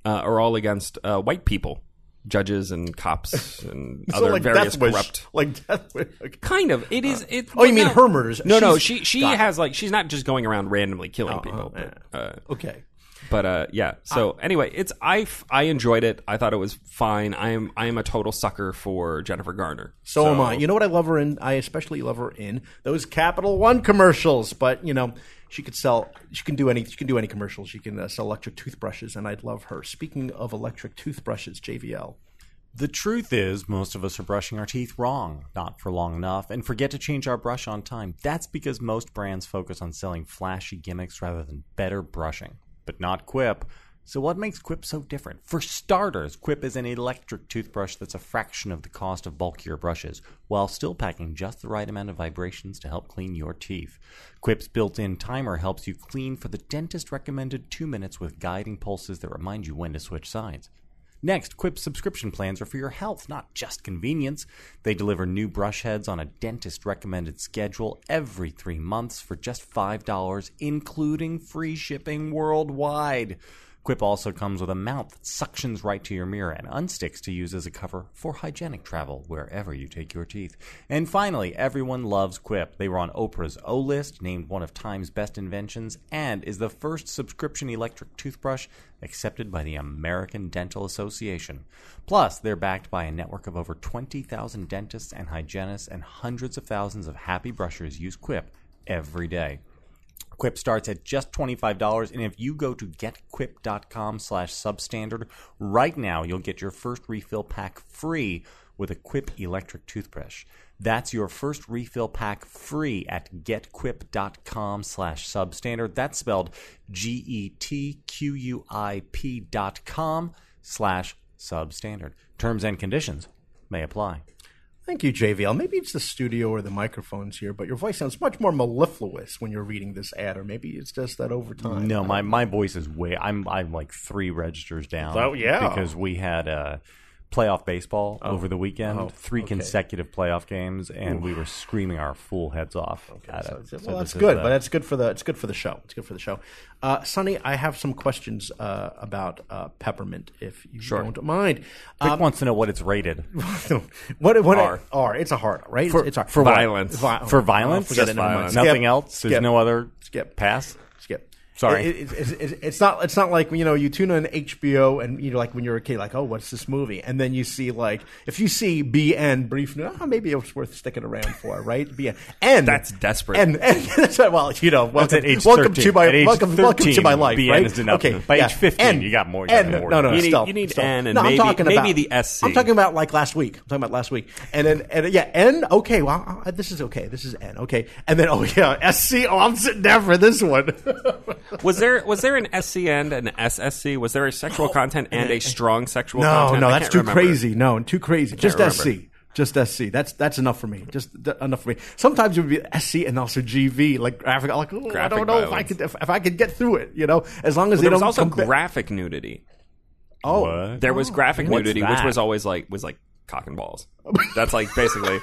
uh, are all against uh, white people, judges [LAUGHS] and cops and So other like various Death Wish, corrupt. like Death Wish. [LAUGHS] okay. Kind of. It is. It, Oh, you mean no. her murders. No, no. She's- She she got it. Oh, has like she's not just going around randomly killing people. yeah. But, uh, Okay. but uh, yeah. So Ah. anyway, it's I, f- I enjoyed it. I thought it was fine. I am I am a total sucker for Jennifer Garner. So, am I. You know what I love her in? I especially love her in those Capital One commercials. But you know, she could sell. She can do any. She can do any commercials. She can uh, sell electric toothbrushes, and I'd love her. Speaking of electric toothbrushes, JVL. The truth is, most of us are brushing our teeth wrong, not for long enough, and forget to change our brush on time. That's because most brands focus on selling flashy gimmicks rather than better brushing. But not Quip. So, what makes Quip so different? For starters, Quip is an electric toothbrush that's a fraction of the cost of bulkier brushes, while still packing just the right amount of vibrations to help clean your teeth. Quip's built in timer helps you clean for the dentist recommended two minutes with guiding pulses that remind you when to switch sides. Next, Quip subscription plans are for your health, not just convenience. They deliver new brush heads on a dentist recommended schedule every three months for just $5, including free shipping worldwide. Quip also comes with a mount that suctions right to your mirror and unsticks to use as a cover for hygienic travel wherever you take your teeth. And finally, everyone loves Quip. They were on Oprah's O list, named one of Time's best inventions, and is the first subscription electric toothbrush accepted by the American Dental Association. Plus, they're backed by a network of over 20,000 dentists and hygienists, and hundreds of thousands of happy brushers use Quip every day. Quip starts at just $25, and if you go to getquip.com slash substandard right now, you'll get your first refill pack free with a Quip electric toothbrush. That's your first refill pack free at getquip.com slash substandard. That's spelled E G-E-T-Q-U-I-P dot com slash substandard. Terms and conditions may apply. Thank you, JVL. Maybe it's the studio or the microphones here, but your voice sounds much more mellifluous when you're reading this ad, or maybe it's just that over time. No, my, my voice is way. I'm I'm like three registers down. Oh, yeah. Oh. because we had uh, playoff baseball over the weekend, three consecutive playoff games, and we were screaming our fool heads off. at it. So well, that's this is uh, good, the- but that's good for the it's good for the show. It's good for the show. Uh, Sonny, I have some questions uh, about uh, peppermint, if you don't mind. [LAUGHS] Vic um, wants to know what it's rated what what R. R. It's a hard R, right? For- it's, it's R. for violence. Vi- for oh, violence. forget it, Just never mind. violence. Skip. Nothing else. There's Skip. no other Skip. pass. Skip. Sorry. It- it- it's, it's- it's not. It's not like you know you tune on HBO and you know like when you're a kid, like oh, what's this movie? And then you see like if you see BN brief, oh, maybe it's worth sticking around for, right? BN and That's desperate. And, [LAUGHS] and that's right. well, you know, welcome, at age welcome 13. to my At age welcome, welcome to 13, my life. BN right? is enough. Okay, By age yeah. 15, and, you got more- you got And, more. No, no, You need- stop, you need stop. N and no, maybe- I'm talking maybe about, the SC. I'm talking about like last week. I'm talking about last week. And then and yeah, N. Okay, well, uh, this is okay. This is N. Okay, and then oh [LAUGHS] yeah, SC. Oh, I'm sitting down for this [LAUGHS] one. Was there was there an SC and an SSC? Was there a sexual content and a strong sexual Oh. no, content? no, I that's can't too remember. crazy. No, too crazy. Just remember. SC. Just SC. That's that's enough for me. Just d- enough for me. Sometimes it would be SC and also GV, like graphic. I'm Like, "Ooh, I Graphic don't know if I violence. could if, if I could get through it. You know, as long as There they was don't. also compa- graphic nudity. oh, What? There was graphic What's nudity, which that? was always like was like cock and balls. That's like basically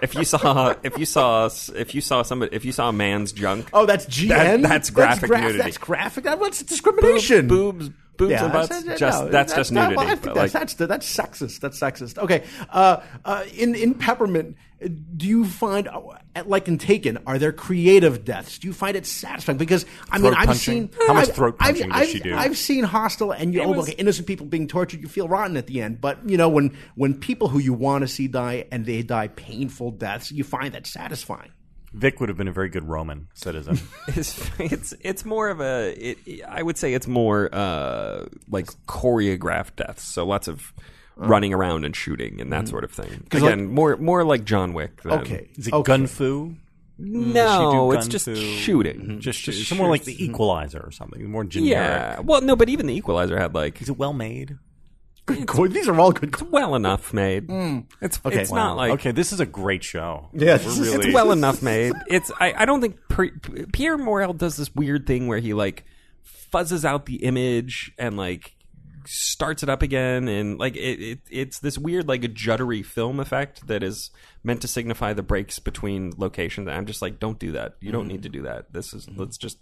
if you saw if you saw if you saw somebody if you saw a man's junk. oh, that's GN. that's graphic gra- nudity. That's graphic. That, what's boob- discrimination? boobs, boobs Yeah, and butts. that's- just no, that's, just not- nudity. well, I think but, that's, like, that's that's sexist. That's sexist. Okay. Uh, uh, in in peppermint, uh, do you find uh, at- like in Taken, are there creative deaths? Do you find it satisfying? Because I mean, Throat I've punching? seen How much I've- throat I've- punching does I've- she do? I've seen Hostile, and you oh, was- okay, innocent people being tortured. You feel rotten at the end, but you know when when people who you want to see die and they die painful deaths, you find that satisfying. Vic would have been a very good Roman [LAUGHS] citizen. it's it's it's more of a it, I would say it's more uh, like choreographed deaths. So lots of Uh. running around and shooting and Mm-hmm. that sort of thing. Again, more more like John Wick. Than, Okay. Is it okay. Mm-hmm. gun fu? no, Mm-hmm. Does she do it's just kung fu? Mm-hmm. shooting. Just, just somewhere like the Equalizer or something. More generic. yeah. Well, no, but even the Equalizer had like Is it well made? These are all good. well enough made. It's it's not like Mm. okay, this is a great show. Yeah, we're this is- really [LAUGHS] it's well enough made. It's I, I don't think Pri- Pierre Morel does this weird thing where he like fuzzes out the image and like starts it up again and like it, it it's this weird like a juddery film effect that is meant to signify the breaks between locations. And I'm just like, don't do that. You don't need to do that. This is let's just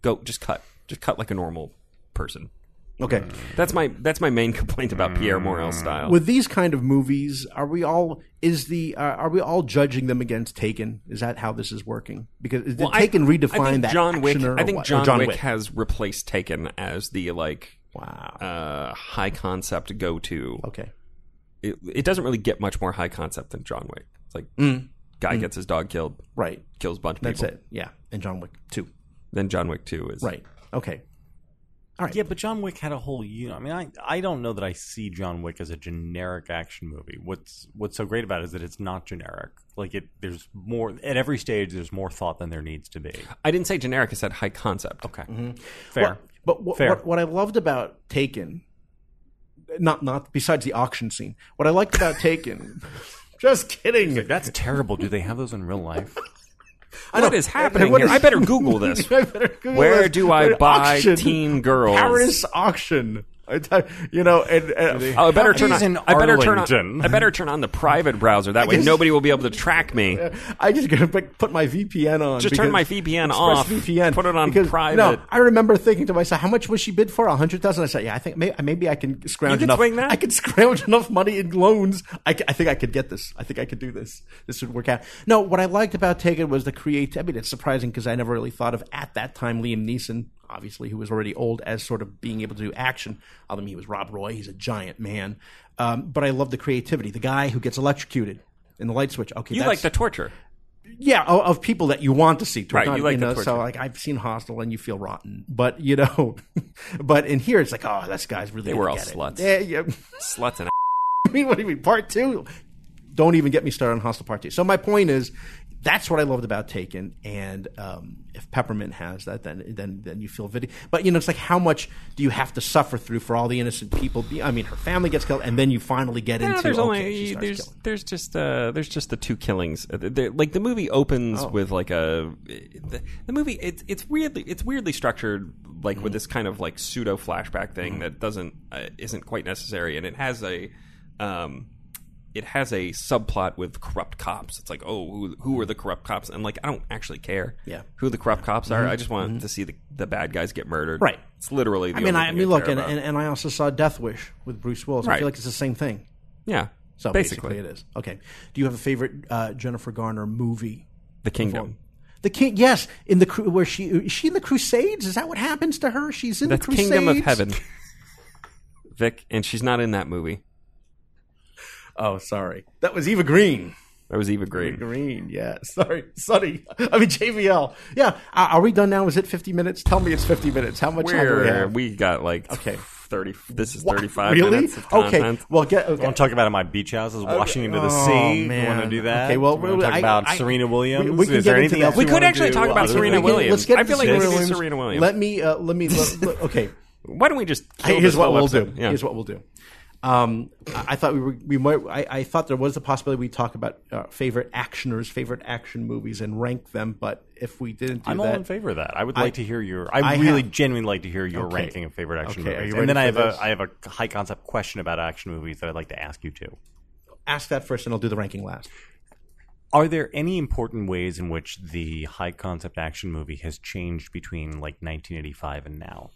go just cut. Just cut like a normal person. Okay. That's my that's my main [LAUGHS] complaint about Pierre Morel's style. with these kind of movies are we all is the uh, are we all judging them against taken is that how this is working because did Well, I- taken I redefine think that John Wick. actioner or I think what? Or John, Wick, has replaced Taken as the like wow uh, high concept go to. okay It, it doesn't really get much more high concept than John Wick. It's like guy gets his dog killed, right kills a bunch of Mm. that's people. it yeah and John Wick too Then John Wick Two is right okay Yeah, but John Wick had a whole. You know, I mean, I I don't know that I see John Wick as a generic action movie. What's What's so great about it is that it's not generic. Like it, there's more at every stage. There's more thought than there needs to be. I didn't say generic. I said high concept. Okay. Fair. Well, but what, Fair. what, what I loved about Taken, not not besides the auction scene, what I liked about Taken, [LAUGHS] just kidding. That's terrible. Do they have those in real [LAUGHS] life? What is happening Mm-hmm. What here? is- [LAUGHS] I better Google this. I better Google Where this. do I An buy auction. teen girls? Paris auction. I tell- you know, and, uh, and Oh, I better turn He's on. in I better turn on. Arlington. I better turn on the private browser. [LAUGHS] That way, nobody will be able to track me. I just gotta pick- put my VPN on. Just because- turn my VPN Express off. VPN. Put it on because- private. No, I remember thinking to myself, how much was she bid for? A hundred thousand. I said, yeah, I think maybe, maybe I can scrounge You can enough. swing that? I can [LAUGHS] scrounge enough money in loans. I, c- I think I could get this. I think I could do this. This would work out. No, what I liked about Taken was the creativity. I mean, it's surprising because I never really thought of at that time Liam Neeson, obviously, who was already old, as sort of being able to do action. I mean, he was Rob Roy. He's a giant man. Um, but I love the creativity. The guy who gets electrocuted. In the light switch. Okay, You that's- like the torture? yeah, of, of people that you want to see torture. Right, you like the know, torture. So like I've seen Hostel and you feel rotten, but you know, [LAUGHS] but in here it's like, oh, this guy's really. They were gonna all get sluts. It. Yeah, [LAUGHS] yeah. Sluts and I mean, what do you mean part two? Don't even get me started on Hostel Part Two. So my point is, that's what I loved about Taken, and um, if Peppermint has that, then then then you feel video. But you know, it's like how much do you have to suffer through for all the innocent people? Be- I mean, her family gets killed, and then you finally get No, into there's okay, she only starts there's killing. there's just uh, there's just the two killings. Uh, there- Like the movie opens Oh. with like a the, the movie it's it's weirdly it's weirdly structured like Mm-hmm. with this kind of like pseudo flashback thing that doesn't uh, isn't quite necessary and it has a um it has a subplot with corrupt cops. It's like oh who who are the corrupt cops and like I don't actually care Yeah. Mm-hmm. who the corrupt cops are. I just want to see the the bad guys get murdered. Right. It's literally. The I mean, only I, I thing mean, look, care and, about. and, and I also saw Death Wish with Bruce Willis. I Right. feel like it's the same thing. yeah. So basically, it is. Okay. Do you have a favorite uh, Jennifer Garner movie? the kingdom. The King, yes, in the cru- where she is she in the Crusades? Is that what happens to her? She's in That's the Crusades. Kingdom of Heaven. Vic, and she's not in that movie. Oh, sorry, that was Eva Green. That was Eva Green. Green, yeah. [LAUGHS] Sorry, Sonny. I mean JVL. Yeah. Are, are we done now? Is it fifty minutes? Tell me it's fifty minutes. How much time do we Where have? we got like Okay. thirty. This is Wow, thirty-five Really? minutes of okay. content. Well, get. Okay. want to talk about in my beach houses, washing into the Oh, sea. You man. want to do that? Okay, well, you wanna we- talk I- about I- Serena Williams. we can Is get there into anything that. else We you could wanna actually do talk about other Serena than- Okay, Williams. Let's get I into feel like we Serena should do Williams. Serena Williams. Let me. Uh, let me. let- let- okay. Why don't we just? Kill Hey, here's this what whole we'll episode? do. Yeah. Here's what we'll do. Um, I I thought we were we might. I, I thought there was the possibility we talk about uh, favorite actioners, favorite action movies, and rank them. But if we didn't do I'm that, all in favor of that. I would I- like to hear your. I, I really have- genuinely like to hear your Okay. ranking of favorite action Okay, are movies. you and then I ready have for this? a I have a high concept question about action movies that I'd like to ask you too. ask that first, and I'll do the ranking last. Are there any important ways in which the high concept action movie has changed between like 1985 and now?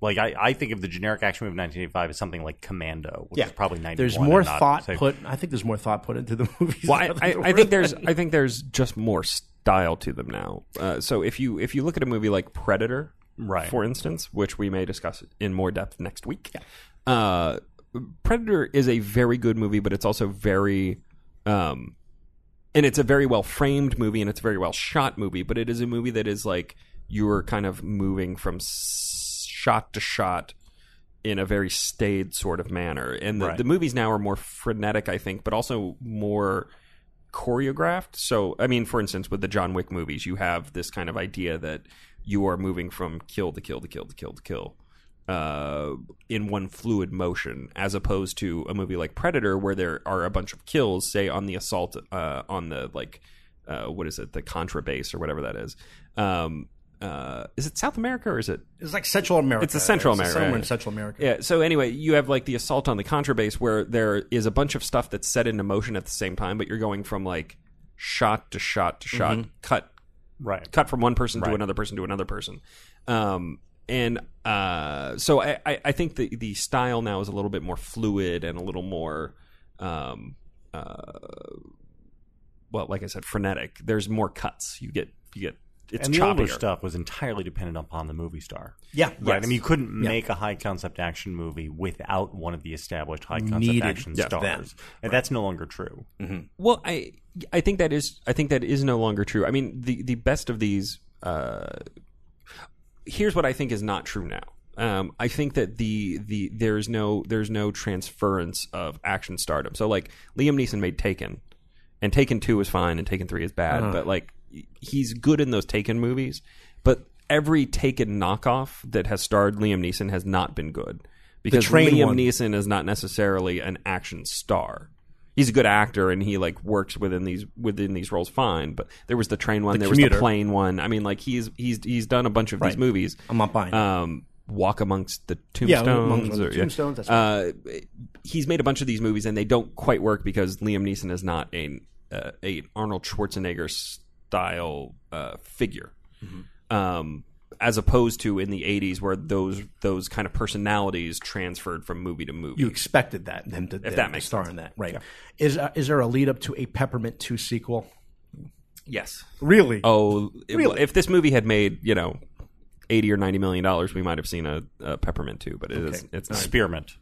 Like I, I think of the generic action movie of 1985 as something like Commando, which is probably 91. There's more and not- thought so- put. I think there's more thought put into the [LAUGHS] movies. Well, I, now than I, there I were think there's I think there's just more style to them now. Uh, so if you if you look at a movie like Predator, Right. for instance, which we may discuss in more depth next week, uh, Predator is a very good movie, but it's also very um, and it's a very well framed movie and it's a very well shot movie but it is a movie that is like you're kind of moving from s- shot to shot in a very staid sort of manner and the, Right. the movies now are more frenetic i think but also more choreographed so i mean for instance with the john wick movies you have this kind of idea that you are moving from kill to kill to kill to kill to kill uh, in one fluid motion, as opposed to a movie like Predator, where there are a bunch of kills, say on the assault, uh, on the like, uh, what is it, the contra base or whatever that is. Um, uh, is it South America or is it? It's like Central America. It's a Central America, Somewhere in yeah. Central America. Yeah. So anyway, you have like the assault on the contra base, where there is a bunch of stuff that's set into motion at the same time, but you're going from like shot to shot to shot, cut right. cut from one person to Mm-hmm. Right. another person to another person. Um, and uh, so I, I, I think the, the style now is a little bit more fluid and a little more, um, uh, well, like I said, frenetic. There's more cuts. You get you get it's and the older choppier. stuff was entirely dependent upon the movie star. Yeah. Yes. Right. I mean, you couldn't make a high concept action movie without one of the established high concept Needed action Yeah. stars. them. And that's no longer true. Well, I I think that is I think that is no longer true. I mean, the the best of these. Uh, here's what I think is not true now. Um, I think that the the there is no there's no transference of action stardom. So like Liam Neeson made Taken, and Taken Two is fine, and Taken Three is bad. Uh-huh. But like he's good in those Taken movies, but every Taken knockoff that has starred Liam Neeson has not been good because train Liam one. Neeson is not necessarily an action star. He's a good actor, and he like works within these within these roles fine. But there was the train one, there was commuter. the plane one. I mean, like he's he's he's done a bunch of these movies. I'm not buying it. Um, Walk Amongst the Yeah, Tombstones. among the or- yeah. tombstones. That's right. Uh, he's made a bunch of these movies, and they don't quite work because Liam Neeson is not a uh, a Arnold Schwarzenegger style uh, figure, Mm-hmm. um, as opposed to in the '80s where those those kind of personalities transferred from movie to movie. you expected that them to, them that to makes star in that, right? Is uh, is there a lead up to a Peppermint Two sequel? yes. Really? [LAUGHS] Oh, Really? if this movie had made you know. Eighty or ninety million dollars, we might have seen a, a peppermint too, but it is it's not. Spearmint.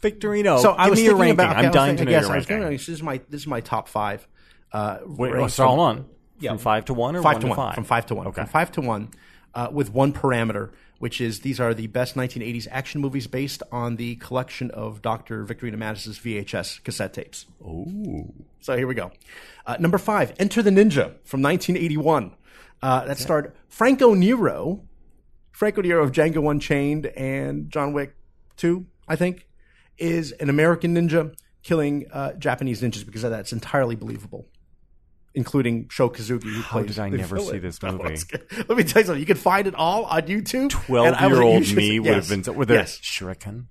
Victorino. so I Oh, give was me your thinking ranking. about. okay, I I'm was dying to thinking- know yes, your I was thinking, ranking. this is my this is my top five. Uh, Wait, rank wait, so hold from- on. From five to one or five one to one, five? from five to one, Okay. from five to one, uh, with one parameter, which is these are the best 1980s action movies based on the collection of Dr. Victorina Mattis's VHS cassette tapes. Ooh. So here we go. Uh, number five, Enter the Ninja from 1981. Uh, that starred Franco Nero, Franco Nero of Django Unchained and John Wick 2, I think, is an American ninja killing uh, Japanese ninjas because that's entirely believable. Including Sho Kazuki, who How plays did I the never villain. [LAUGHS] see this Oh, movie? it's good. Let me tell you something. You can find it all on YouTube. and I was- Twelve-year-old you me should- would yes, have been. So, were there yes. shuriken?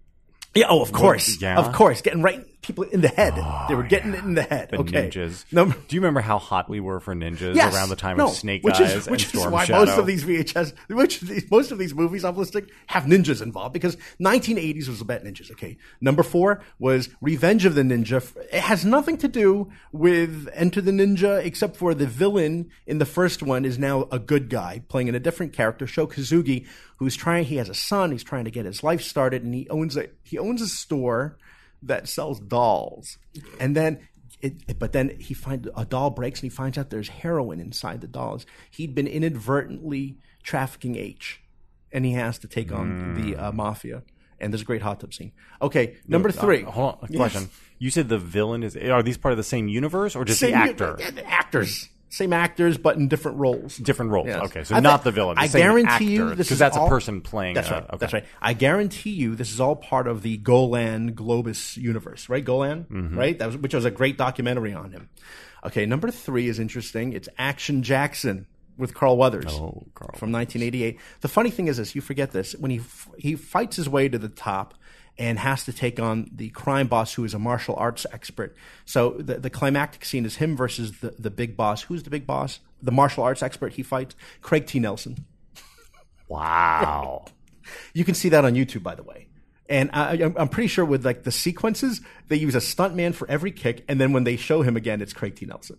Yeah, oh, of course. yeah? Oh, Of course. Getting right people in the head. they were getting it in the head. The okay. ninjas. Number, Do you remember how hot we were for ninjas Yes. around the time No. of Snake which Eyes Is, which and Storm is why Shadow? most of these VHS, which of these, most of these movies I'm listing have ninjas involved because 1980s was about ninjas. Okay, number four was Revenge of the Ninja. It has nothing to do with Enter the Ninja except for the villain in the first one is now a good guy playing in a different character, Sho Kazugi, who's trying. He has a son. He's trying to get his life started, and he owns a he owns a store that sells dolls, and then it, it- but then he finds a doll breaks and he finds out there's heroin inside the dolls. He'd been inadvertently trafficking H, and he has to take on Hmm. the uh, mafia. And there's a great hot tub scene. Okay, number three. Uh, Hold on, a Yes. question. You said the villain is. Are these part of the same universe or just Same the actor? yeah, the actors, same actors, but in different roles. Different roles. Yes. Okay, so I thi- not the villain. The I same guarantee you, actor, this 'cause is that's a all- person playing That's a- right. okay. That's right. I guarantee you, this is all part of the Golan Globus universe, right? Golan, Mm-hmm. right? That was, which was a great documentary on him. Okay, number three is interesting. It's Action Jackson with Carl Weathers Oh, Carl from 1988. The funny thing is this: you forget this when he f- he fights his way to the top and has to take on the crime boss who is a martial arts expert. So the, the climactic scene is him versus the, the big boss. Who's the big boss? The martial arts expert he fights, Craig T. Nelson. Wow. You can see that on YouTube, by the way. And I, I'm- I'm pretty sure with like the sequences, they use a stuntman for every kick, and then when they show him again, it's Craig T. Nelson.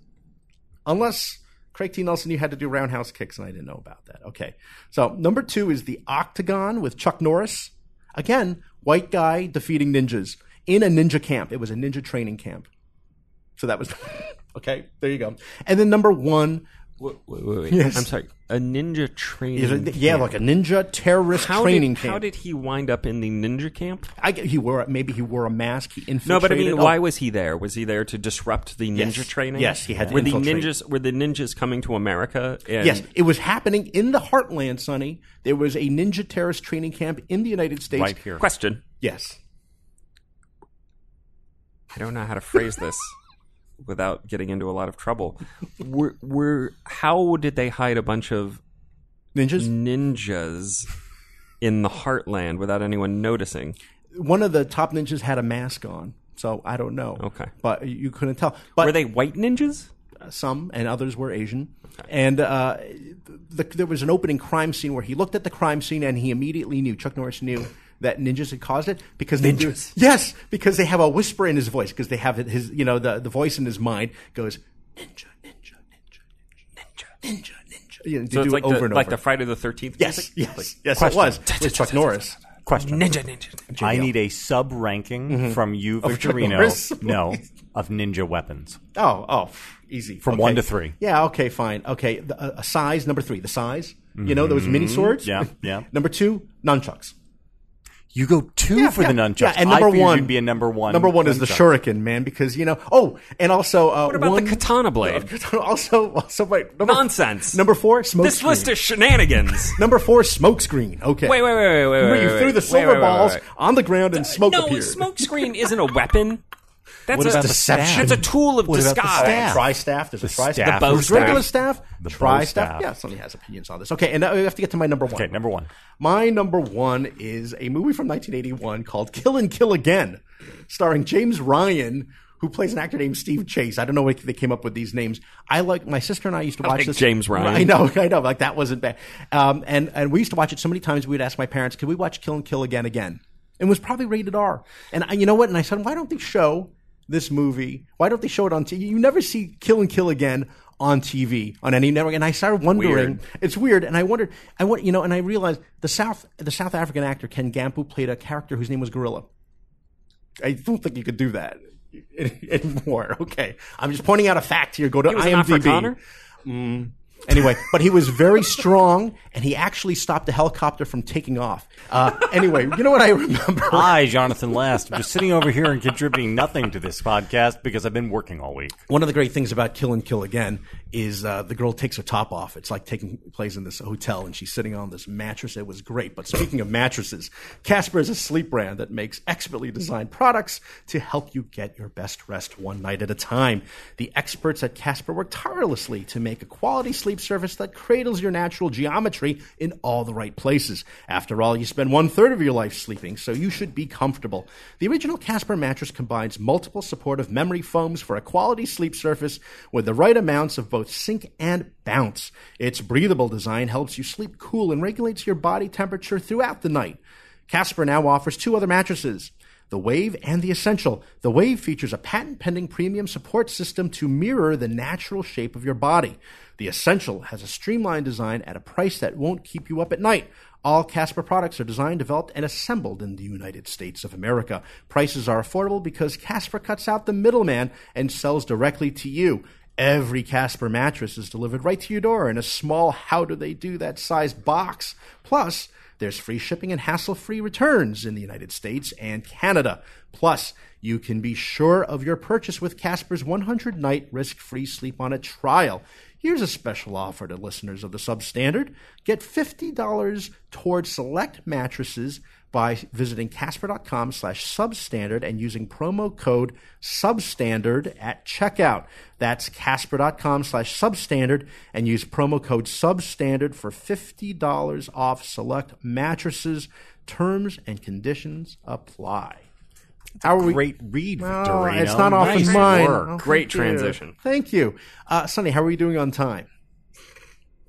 Unless Craig T. Nelson, you had to do roundhouse kicks, and I didn't know about that. Okay, so number two is the Octagon with Chuck Norris. Again, white guy defeating ninjas in a ninja camp. It was a ninja training camp, so that was [LAUGHS] okay. There you go. And then number one Wait, wait, wait. Yes. I'm sorry. A ninja training. is a, yeah, like a ninja terrorist How training did, camp. How did he wind up in the ninja camp? I get- he wore maybe he wore a mask. He infiltrated. No, but I mean, oh, why was he there? Was he there to disrupt the ninja Yes. training? Yes, he had to Were the infiltrate. ninjas were the ninjas coming to America? And Yes, it was happening in the heartland, Sonny. There was a ninja terrorist training camp in the United States. Right here. Question: Yes. I don't know how to phrase this without getting into a lot of trouble. Were, were how did they hide a bunch of Ninjas. ninjas in the heartland without anyone noticing? One of the top ninjas had a mask on, so I don't know. Okay. But you couldn't tell. But Were they white ninjas? some and others were Asian. And uh, the, there was an opening crime scene where he looked at the crime scene and he immediately knew Chuck Norris knew that ninjas had caused it because they do Ninjas. yes because they have a whisper in his voice because they have his you know the, the voice in his mind goes ninja ninja ninja ninja ninja ninja you know, they do So it's like it over the, and over like the Friday the Thirteenth. yes yes yes Question. it was with Chuck Norris Question. Ninja, ninja, ninja. I need a sub ranking from [LAUGHS] you, Victorino. Mm-hmm. course. no, of ninja weapons. oh oh pff, easy From Okay. one to three. yeah okay fine okay the, uh, a size number three the size you know those mini swords Mm-hmm. [LAUGHS] Yeah, yeah. number two nunchucks. You go two Yeah, for yeah, the nunchucks. yeah, and I number figured one you'd be a number one. Number one is the nunchuck. shuriken, man, because you know. Oh, and also uh, What about one, the [LAUGHS] katana blade? Also, also wait, number, Nonsense. Number four, smoke. this screen. list is shenanigans. number four, smoke screen. Okay, Wait, wait, wait, wait, wait, Where wait, you wait, threw wait, the wait, silver wait, wait, balls wait. on the ground and smoke no, appeared. smokescreen isn't a weapon. That's What a, about the staff? That's a tool of What about the disguise. staff? Tri staff. There's a The tri staff. staff. The bow There's regular staff. staff. The bow tri staff. staff. Yeah, somebody has opinions on this. Okay, and now we have to get to my number one. Okay, number one. My number one is a movie from 1981 called Kill and Kill Again, starring James Ryan, who plays an actor named Steve Chase. I don't know where they came up with these names. I like my sister and I used to watch like this. James Ryan. I know, [LAUGHS] I know. Like that wasn't bad. Um, and and we used to watch it so many times. We'd ask my parents, "Could we watch Kill and Kill Again again?" And it was probably rated R. And I, you know what? And I said, "Why don't they show this movie? Why don't they show it on TV? You never see Kill and Kill Again." On TV, on any network, and I started wondering. Weird. It's weird, and I wondered. I want you know, and I realized the South, the South African actor Ken Gampu played a character whose name was Gorilla. I don't think you could do that [LAUGHS] anymore. Okay, I'm just pointing out a fact here. Go to He was an IMDb. Afrikaner? Anyway, but he was very strong, and he actually stopped the helicopter from taking off. Uh, anyway, you know what I remember? I, Jonathan Last, am just sitting over here and contributing nothing to this podcast because I've been working all week. One of the great things about Kill and Kill Again is uh, the girl takes her top off. It's like taking place in this hotel, and she's sitting on this mattress. It was great. But speaking of mattresses, Casper is a sleep brand that makes expertly designed products to help you get your best rest one night at a time. The experts at Casper work tirelessly to make a quality sleep service that cradles your natural geometry in all the right places. After all, you spend one third of your life sleeping, so you should be comfortable. The original Casper mattress combines multiple supportive memory foams for a quality sleep surface with the right amounts of both sink and bounce. Its breathable design helps you sleep cool and regulates your body temperature throughout the night. Casper now offers two other mattresses the Wave and the Essential. The Wave features a patent pending premium support system to mirror the natural shape of your body. The Essential has a streamlined design at a price that won't keep you up at night. All Casper products are designed, developed, and assembled in the United States of America. Prices are affordable because Casper cuts out the middleman and sells directly to you. Every Casper mattress is delivered right to your door in a small, how do they do that size box. Plus, there's free shipping and hassle free returns in the United States and Canada. Plus, you can be sure of your purchase with Casper's 100 night risk free sleep on it trial. Here's a special offer to listeners of the substandard get $50 towards select mattresses by visiting casper.com slash substandard and using promo code substandard at checkout that's casper.com slash substandard and use promo code substandard for $50 off select mattresses terms and conditions apply how are we Great read, Oh, Victorino. it's not often Nice mine work. Oh, Great thank you. transition. thank you uh, sonny how are we doing on time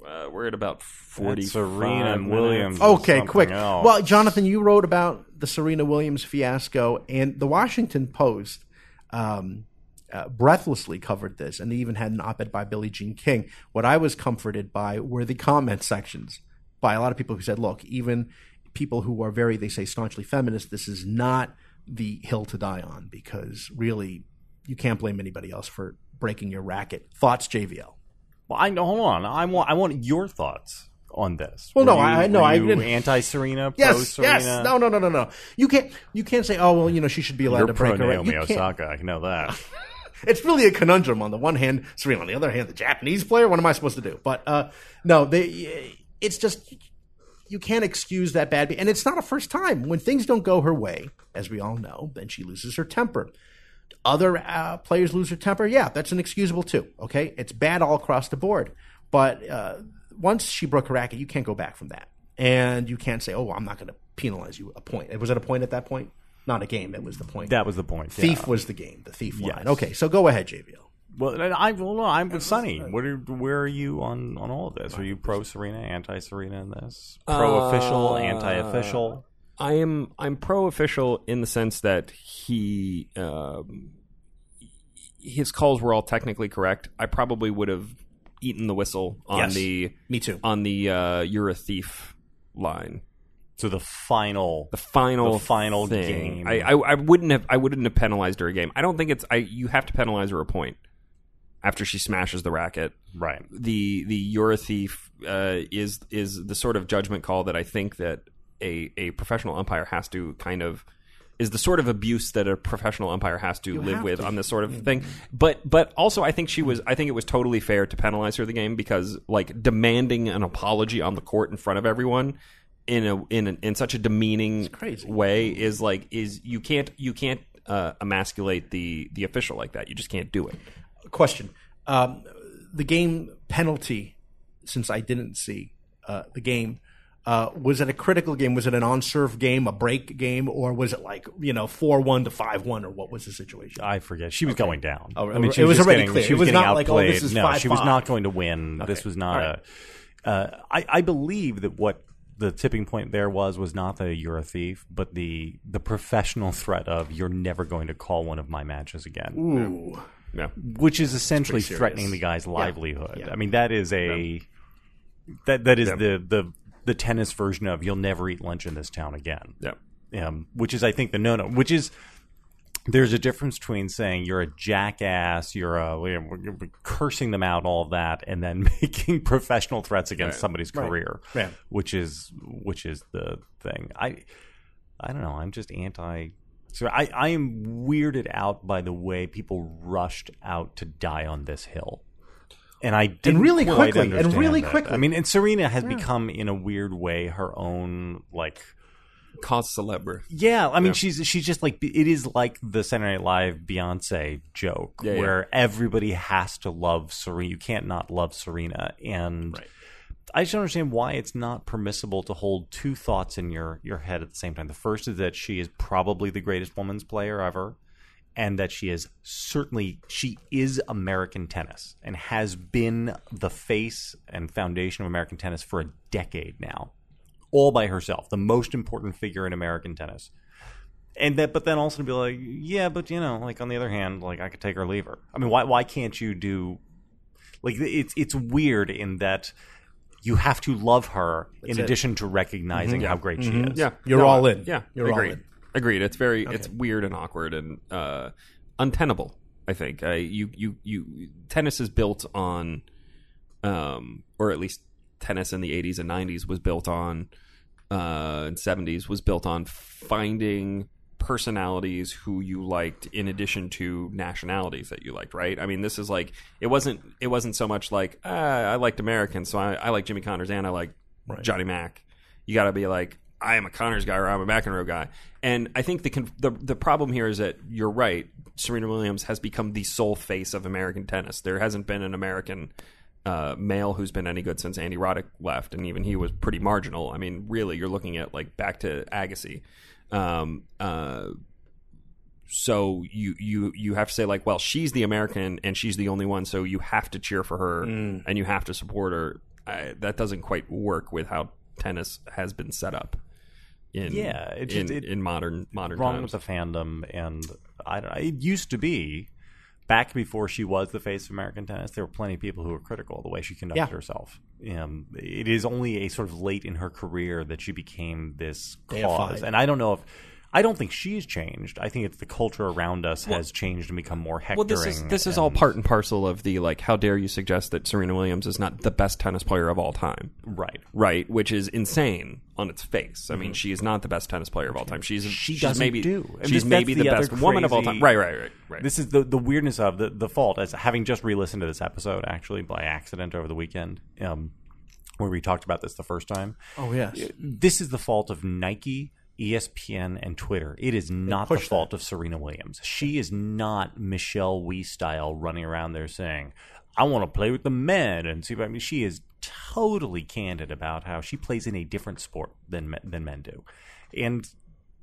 Uh, we're at about forty. That's Serena Williams. or Okay, something quick. else. Well, Jonathan, you wrote about the Serena Williams fiasco, and the Washington Post um, uh, breathlessly covered this, and they even had an op ed by Billie Jean King. What I was comforted by were the comment sections by a lot of people who said, look, even people who are very, they say, staunchly feminist, this is not the hill to die on because really you can't blame anybody else for breaking your racket. Thoughts, JVL? Well, I hold on. I want I want your thoughts on this. Well, no, Were you- I- no, were I you didn't- Anti Serena. Yes, pro-Serena? yes. No, no, no, no, no. You can't. You can't say, "Oh, well, you know, she should be allowed You're to pro break her." record." Naomi You can't. Osaka. I know that. [LAUGHS] It's really a conundrum. On the one hand, Serena. On the other hand, the Japanese player. What am I supposed to do? But uh, no, they. It's just you can't excuse that bad. Be- and it's not a first time when things don't go her way, as we all know. Then she loses her temper. Other uh, players lose their temper. Yeah, that's inexcusable too. Okay, it's bad all across the board. But uh, once she broke her racket, you can't go back from that, and you can't say, "Oh, I'm not going to penalize you." A point. Was it a point at that point? Not a game. It was the point. [LAUGHS] That was the point. yeah. Thief was the game. The thief line. Okay, so go ahead, JVL. Well, and I well, no, I'm with Sunny. What are, where are you on on all of this? Are you pro Serena, anti Serena in this? Pro official, anti official. I am I'm pro official in the sense that he um, his calls were all technically correct. I probably would have eaten the whistle on Yes. the Me too. on the uh, you're a thief line. So the final. The final The final thing. game. I, I I wouldn't have I wouldn't have penalized her a game. I don't think it's I you have to penalize her a point after she smashes the racket. right. the the you're a thief uh, is is the sort of judgment call that I think that a a professional umpire has to kind of is the sort of abuse that a professional umpire has to live have with to. on this sort of thing. But but also I think she was I think it was totally fair to penalize her the game because like demanding an apology on the court in front of everyone in a in an, in such a demeaning crazy. way is like is you can't you can't uh, emasculate the the official like that. You just can't do it. Question: um, The game penalty, since I didn't see uh, the game, uh, was it a critical game? Was it an on-serve game, a break game, or was it like you know four-one to five-one, or what was the situation? I forget. She was going down. Oh, I mean, she it was just already getting, clear. She It was getting not like, oh, this outplayed. is no. She was 5-5. not going to win. This was All not a. Uh, I, I believe that what the tipping point there was was not the you're a thief, but the the professional threat of you're never going to call one of my matches again, Ooh. Yeah. which is essentially serious. threatening the guy's livelihood. Yeah. I mean, that is a that that is the the the tennis version of you'll never eat lunch in this town again Yeah. um, which is I think the no no, which is there's a difference between saying you're a jackass, you're a you're cursing them out, all of that, and then [LAUGHS] making professional threats against somebody's career, Yeah. which is which is the thing. I I don't know. I'm just anti. So I I am weirded out by the way people rushed out to die on this hill. And I didn't really quite quickly, and understand really that. quickly. I mean, and Serena has become, in a weird way, her own like Cause celebre. yeah, I mean, she's she's just like it is like the Saturday Night Live Beyonce joke Yeah, yeah. where everybody has to love Serena. You can't not love Serena, and I just don't understand why it's not permissible to hold two thoughts in your your head at the same time. The first is that she is probably the greatest women's player ever, and that she is certainly she is American tennis and has been the face and foundation of American tennis for a decade now all by herself, the most important figure in American tennis. And that, but then also to be like, yeah, but you know, like on the other hand, like I could take her or leave her. I mean, why why can't you do? Like it's it's weird in that you have to love her in it. addition to recognizing how great she is. Mm-hmm. Yeah, You're all in. Yeah, You're all agreed. in. Agreed. It's very, it's weird and awkward and uh, untenable. I think uh, you, you, you. Tennis is built on, um, or at least tennis in the '80s and '90s was built on, uh, and '70s was built on finding personalities who you liked in addition to nationalities that you liked right i mean this is like it wasn't it wasn't so much like ah, i liked americans so I, I like jimmy connors and i like johnny mack you got to be like, I am a Connors guy or I'm a McEnroe guy. And I think the, conf- the the problem here is that you're right. Serena Williams has become the sole face of American tennis. There hasn't been an American uh, male who's been any good since Andy Roddick left, and even he was pretty marginal. I mean, really, you're looking at like back to Agassi. Um, uh, so you you you have to say like, well, she's the American and she's the only one, so you have to cheer for her Mm. and you have to support her. I, that doesn't quite work with how tennis has been set up. In, Yeah, it in, just- it- in modern modern wrong times. with the fandom and I don't it used to be back before she was the face of American tennis there were plenty of people who were critical of the way she conducted Yeah. herself um, it is only a sort of late in her career that she became this Deified. cause and I don't know if I don't think she's changed I think it's the culture around us has changed and become more hectoring well, this is this is all and- part and parcel of the like. How dare you suggest that Serena Williams is not the best tennis player of all time? right right? Which is insane on its face. I mean, she is not the best tennis player of all time. She's she she's doesn't maybe do. And she's this- maybe that's the, the best other woman of all time. crazy- Right, right, right, right. This is the the weirdness of the the fault as having just re-listened to this episode actually by accident over the weekend um, where we talked about this the first time. Oh yes. This is the fault of Nike, E ESPN, and Twitter. It is not the fault of Serena Williams. She is not Michelle Wee style running around there saying, "I want to play with the men and see." What I mean, she is totally candid about how she plays in a different sport than men, than men do, and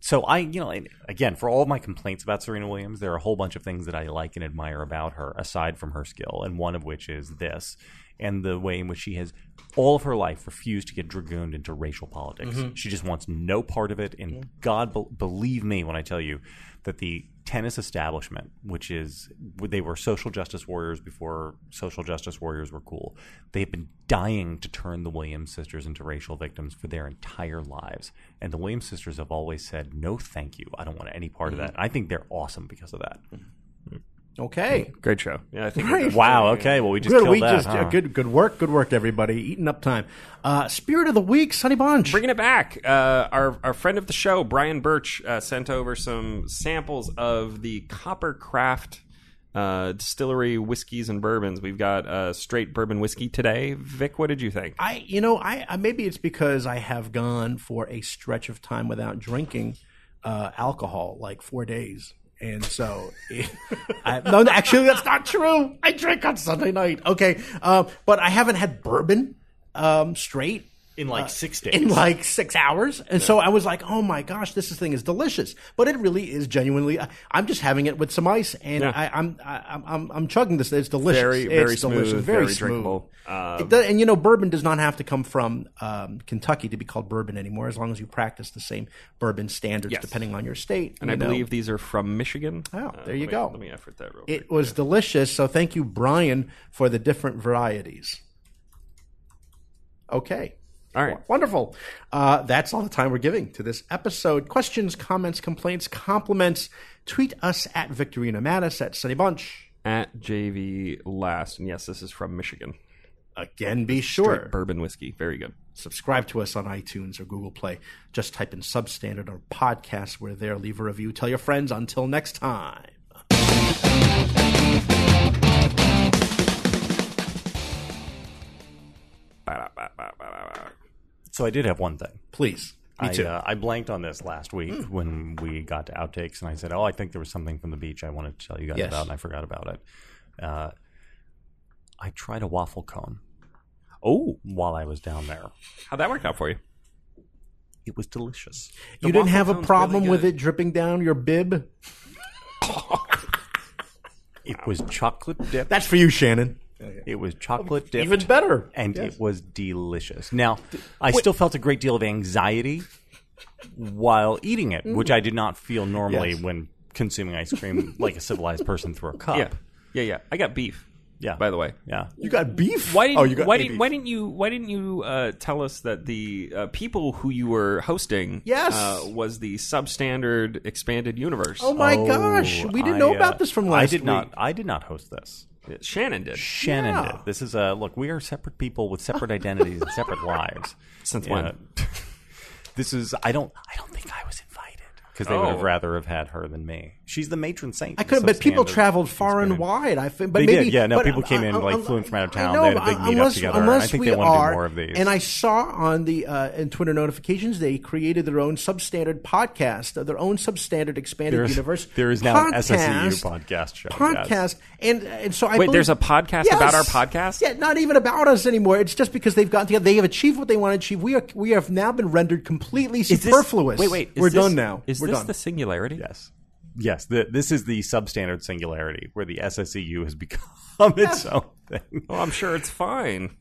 so I, you know, and again, for all of my complaints about Serena Williams, there are a whole bunch of things that I like and admire about her, aside from her skill, and one of which is this, and the way in which she has all of her life refused to get dragooned into racial politics. She just wants no part of it, and God be- believe me when I tell you that the tennis establishment, which is they were social justice warriors before social justice warriors were cool. They've been dying to turn the Williams sisters into racial victims for their entire lives. And the Williams sisters have always said, "No, thank you. I don't want any part of that." I think they're awesome because of that. Okay. Great show. Yeah, I think Wow, okay. Well, we just Good. killed We that. just huh? good. Good work. Good work, everybody. Eating up time. Uh, Spirit of the week, Sonny Bunch. Bringing it back, uh, our our friend of the show, Brian Birch, uh, sent over some samples of the Coppercraft uh, distillery whiskeys and bourbons. We've got uh, straight bourbon whiskey today. Vic, what did you think? I, you know, I, I maybe it's because I have gone for a stretch of time without drinking uh, alcohol, like four days, and so [LAUGHS] I, no, no, actually, that's not true. I drink on Sunday night. Okay, uh, but I haven't had bourbon um, straight in like six days. in like six hours. And so I was like, oh my gosh, this thing is delicious. But it really is genuinely. I- I'm just having it with some ice, and Yeah. I, I'm, I, I'm I'm I'm chugging this. It's delicious. Very, It's very delicious. smooth, very, very smooth. drinkable. Um, It does- and you know, bourbon does not have to come from um, Kentucky to be called bourbon anymore, as long as you practice the same bourbon standards depending on your state. And you I know. believe these are from Michigan. Oh, Uh, there you let me- go. Let me effort that real quick. it was delicious. So thank you, Brian, for the different varieties. Okay. All right. Wonderful. Uh, that's all the time we're giving to this episode. Questions, comments, complaints, compliments. Tweet us at Victorina Mattis at Sunny Bunch. At JV Last. And yes, this is from Michigan. Again, be Straight sure. Bourbon whiskey. Very good. Subscribe to us on iTunes or Google Play. Just type in substandard or podcast. We're there. Leave a review. Tell your friends. Until next time. so I did have one thing. Please. Me I, too. uh, I blanked on this last week when we got to outtakes, and I said, "Oh, I think there was something from the beach I wanted to tell you guys Yes. about, and I forgot about it." Uh, I tried a waffle cone. Oh, while I was down there, how'd that work out for you? it was delicious. The you didn't waffle have a cone's problem really with good. it dripping down your bib? It was chocolate dip. That's for you, Shannon. It was chocolate dip. Even better. and Yes. it was delicious. Now, I still felt a great deal of anxiety while eating it, which I did not feel normally Yes. when consuming ice cream like a civilized person through a cup. Yeah, yeah, yeah. I got beef. Yeah. By the way, Yeah. You got beef? why didn't oh, you got why beef. didn't why didn't you why didn't you uh, tell us that the uh, people who you were hosting Yes. uh, was the substandard expanded universe? Oh my gosh, we didn't know I, uh, about this from last I did week. not I did not host this. Shannon did Shannon Yeah. did. This is a look, we are separate people with separate identities and separate lives. since Yeah. when? [LAUGHS] this is I don't I don't think I was invited because they would Oh. have rather have had her than me. She's the matron saint. I of could, the but people substandard traveled far and experience. wide. I think, but They maybe did, yeah, no, but, people came in, like, flew in from out of town. They had a big meetup unless, together, and I Unless think we they wanted to do are, more of these. And I saw on the uh, in Twitter notifications they created their own substandard podcast, uh, their own substandard expanded There's- universe. there is now an podcast, SSEU podcast show, Podcast, yes. and and so I Wait, believe- there's a podcast about our Yes. podcast? Yeah, not even about us anymore. It's just because they've gotten together. They have achieved what they want to achieve. We are we have now been rendered completely Is this- superfluous. wait, wait. is we're this- done now. Is we're this done. the singularity? Yes. Yes. The, this is the E substandard singularity where the SSEU has become [LAUGHS] its own thing. Well, I'm Oh, sure it's fine.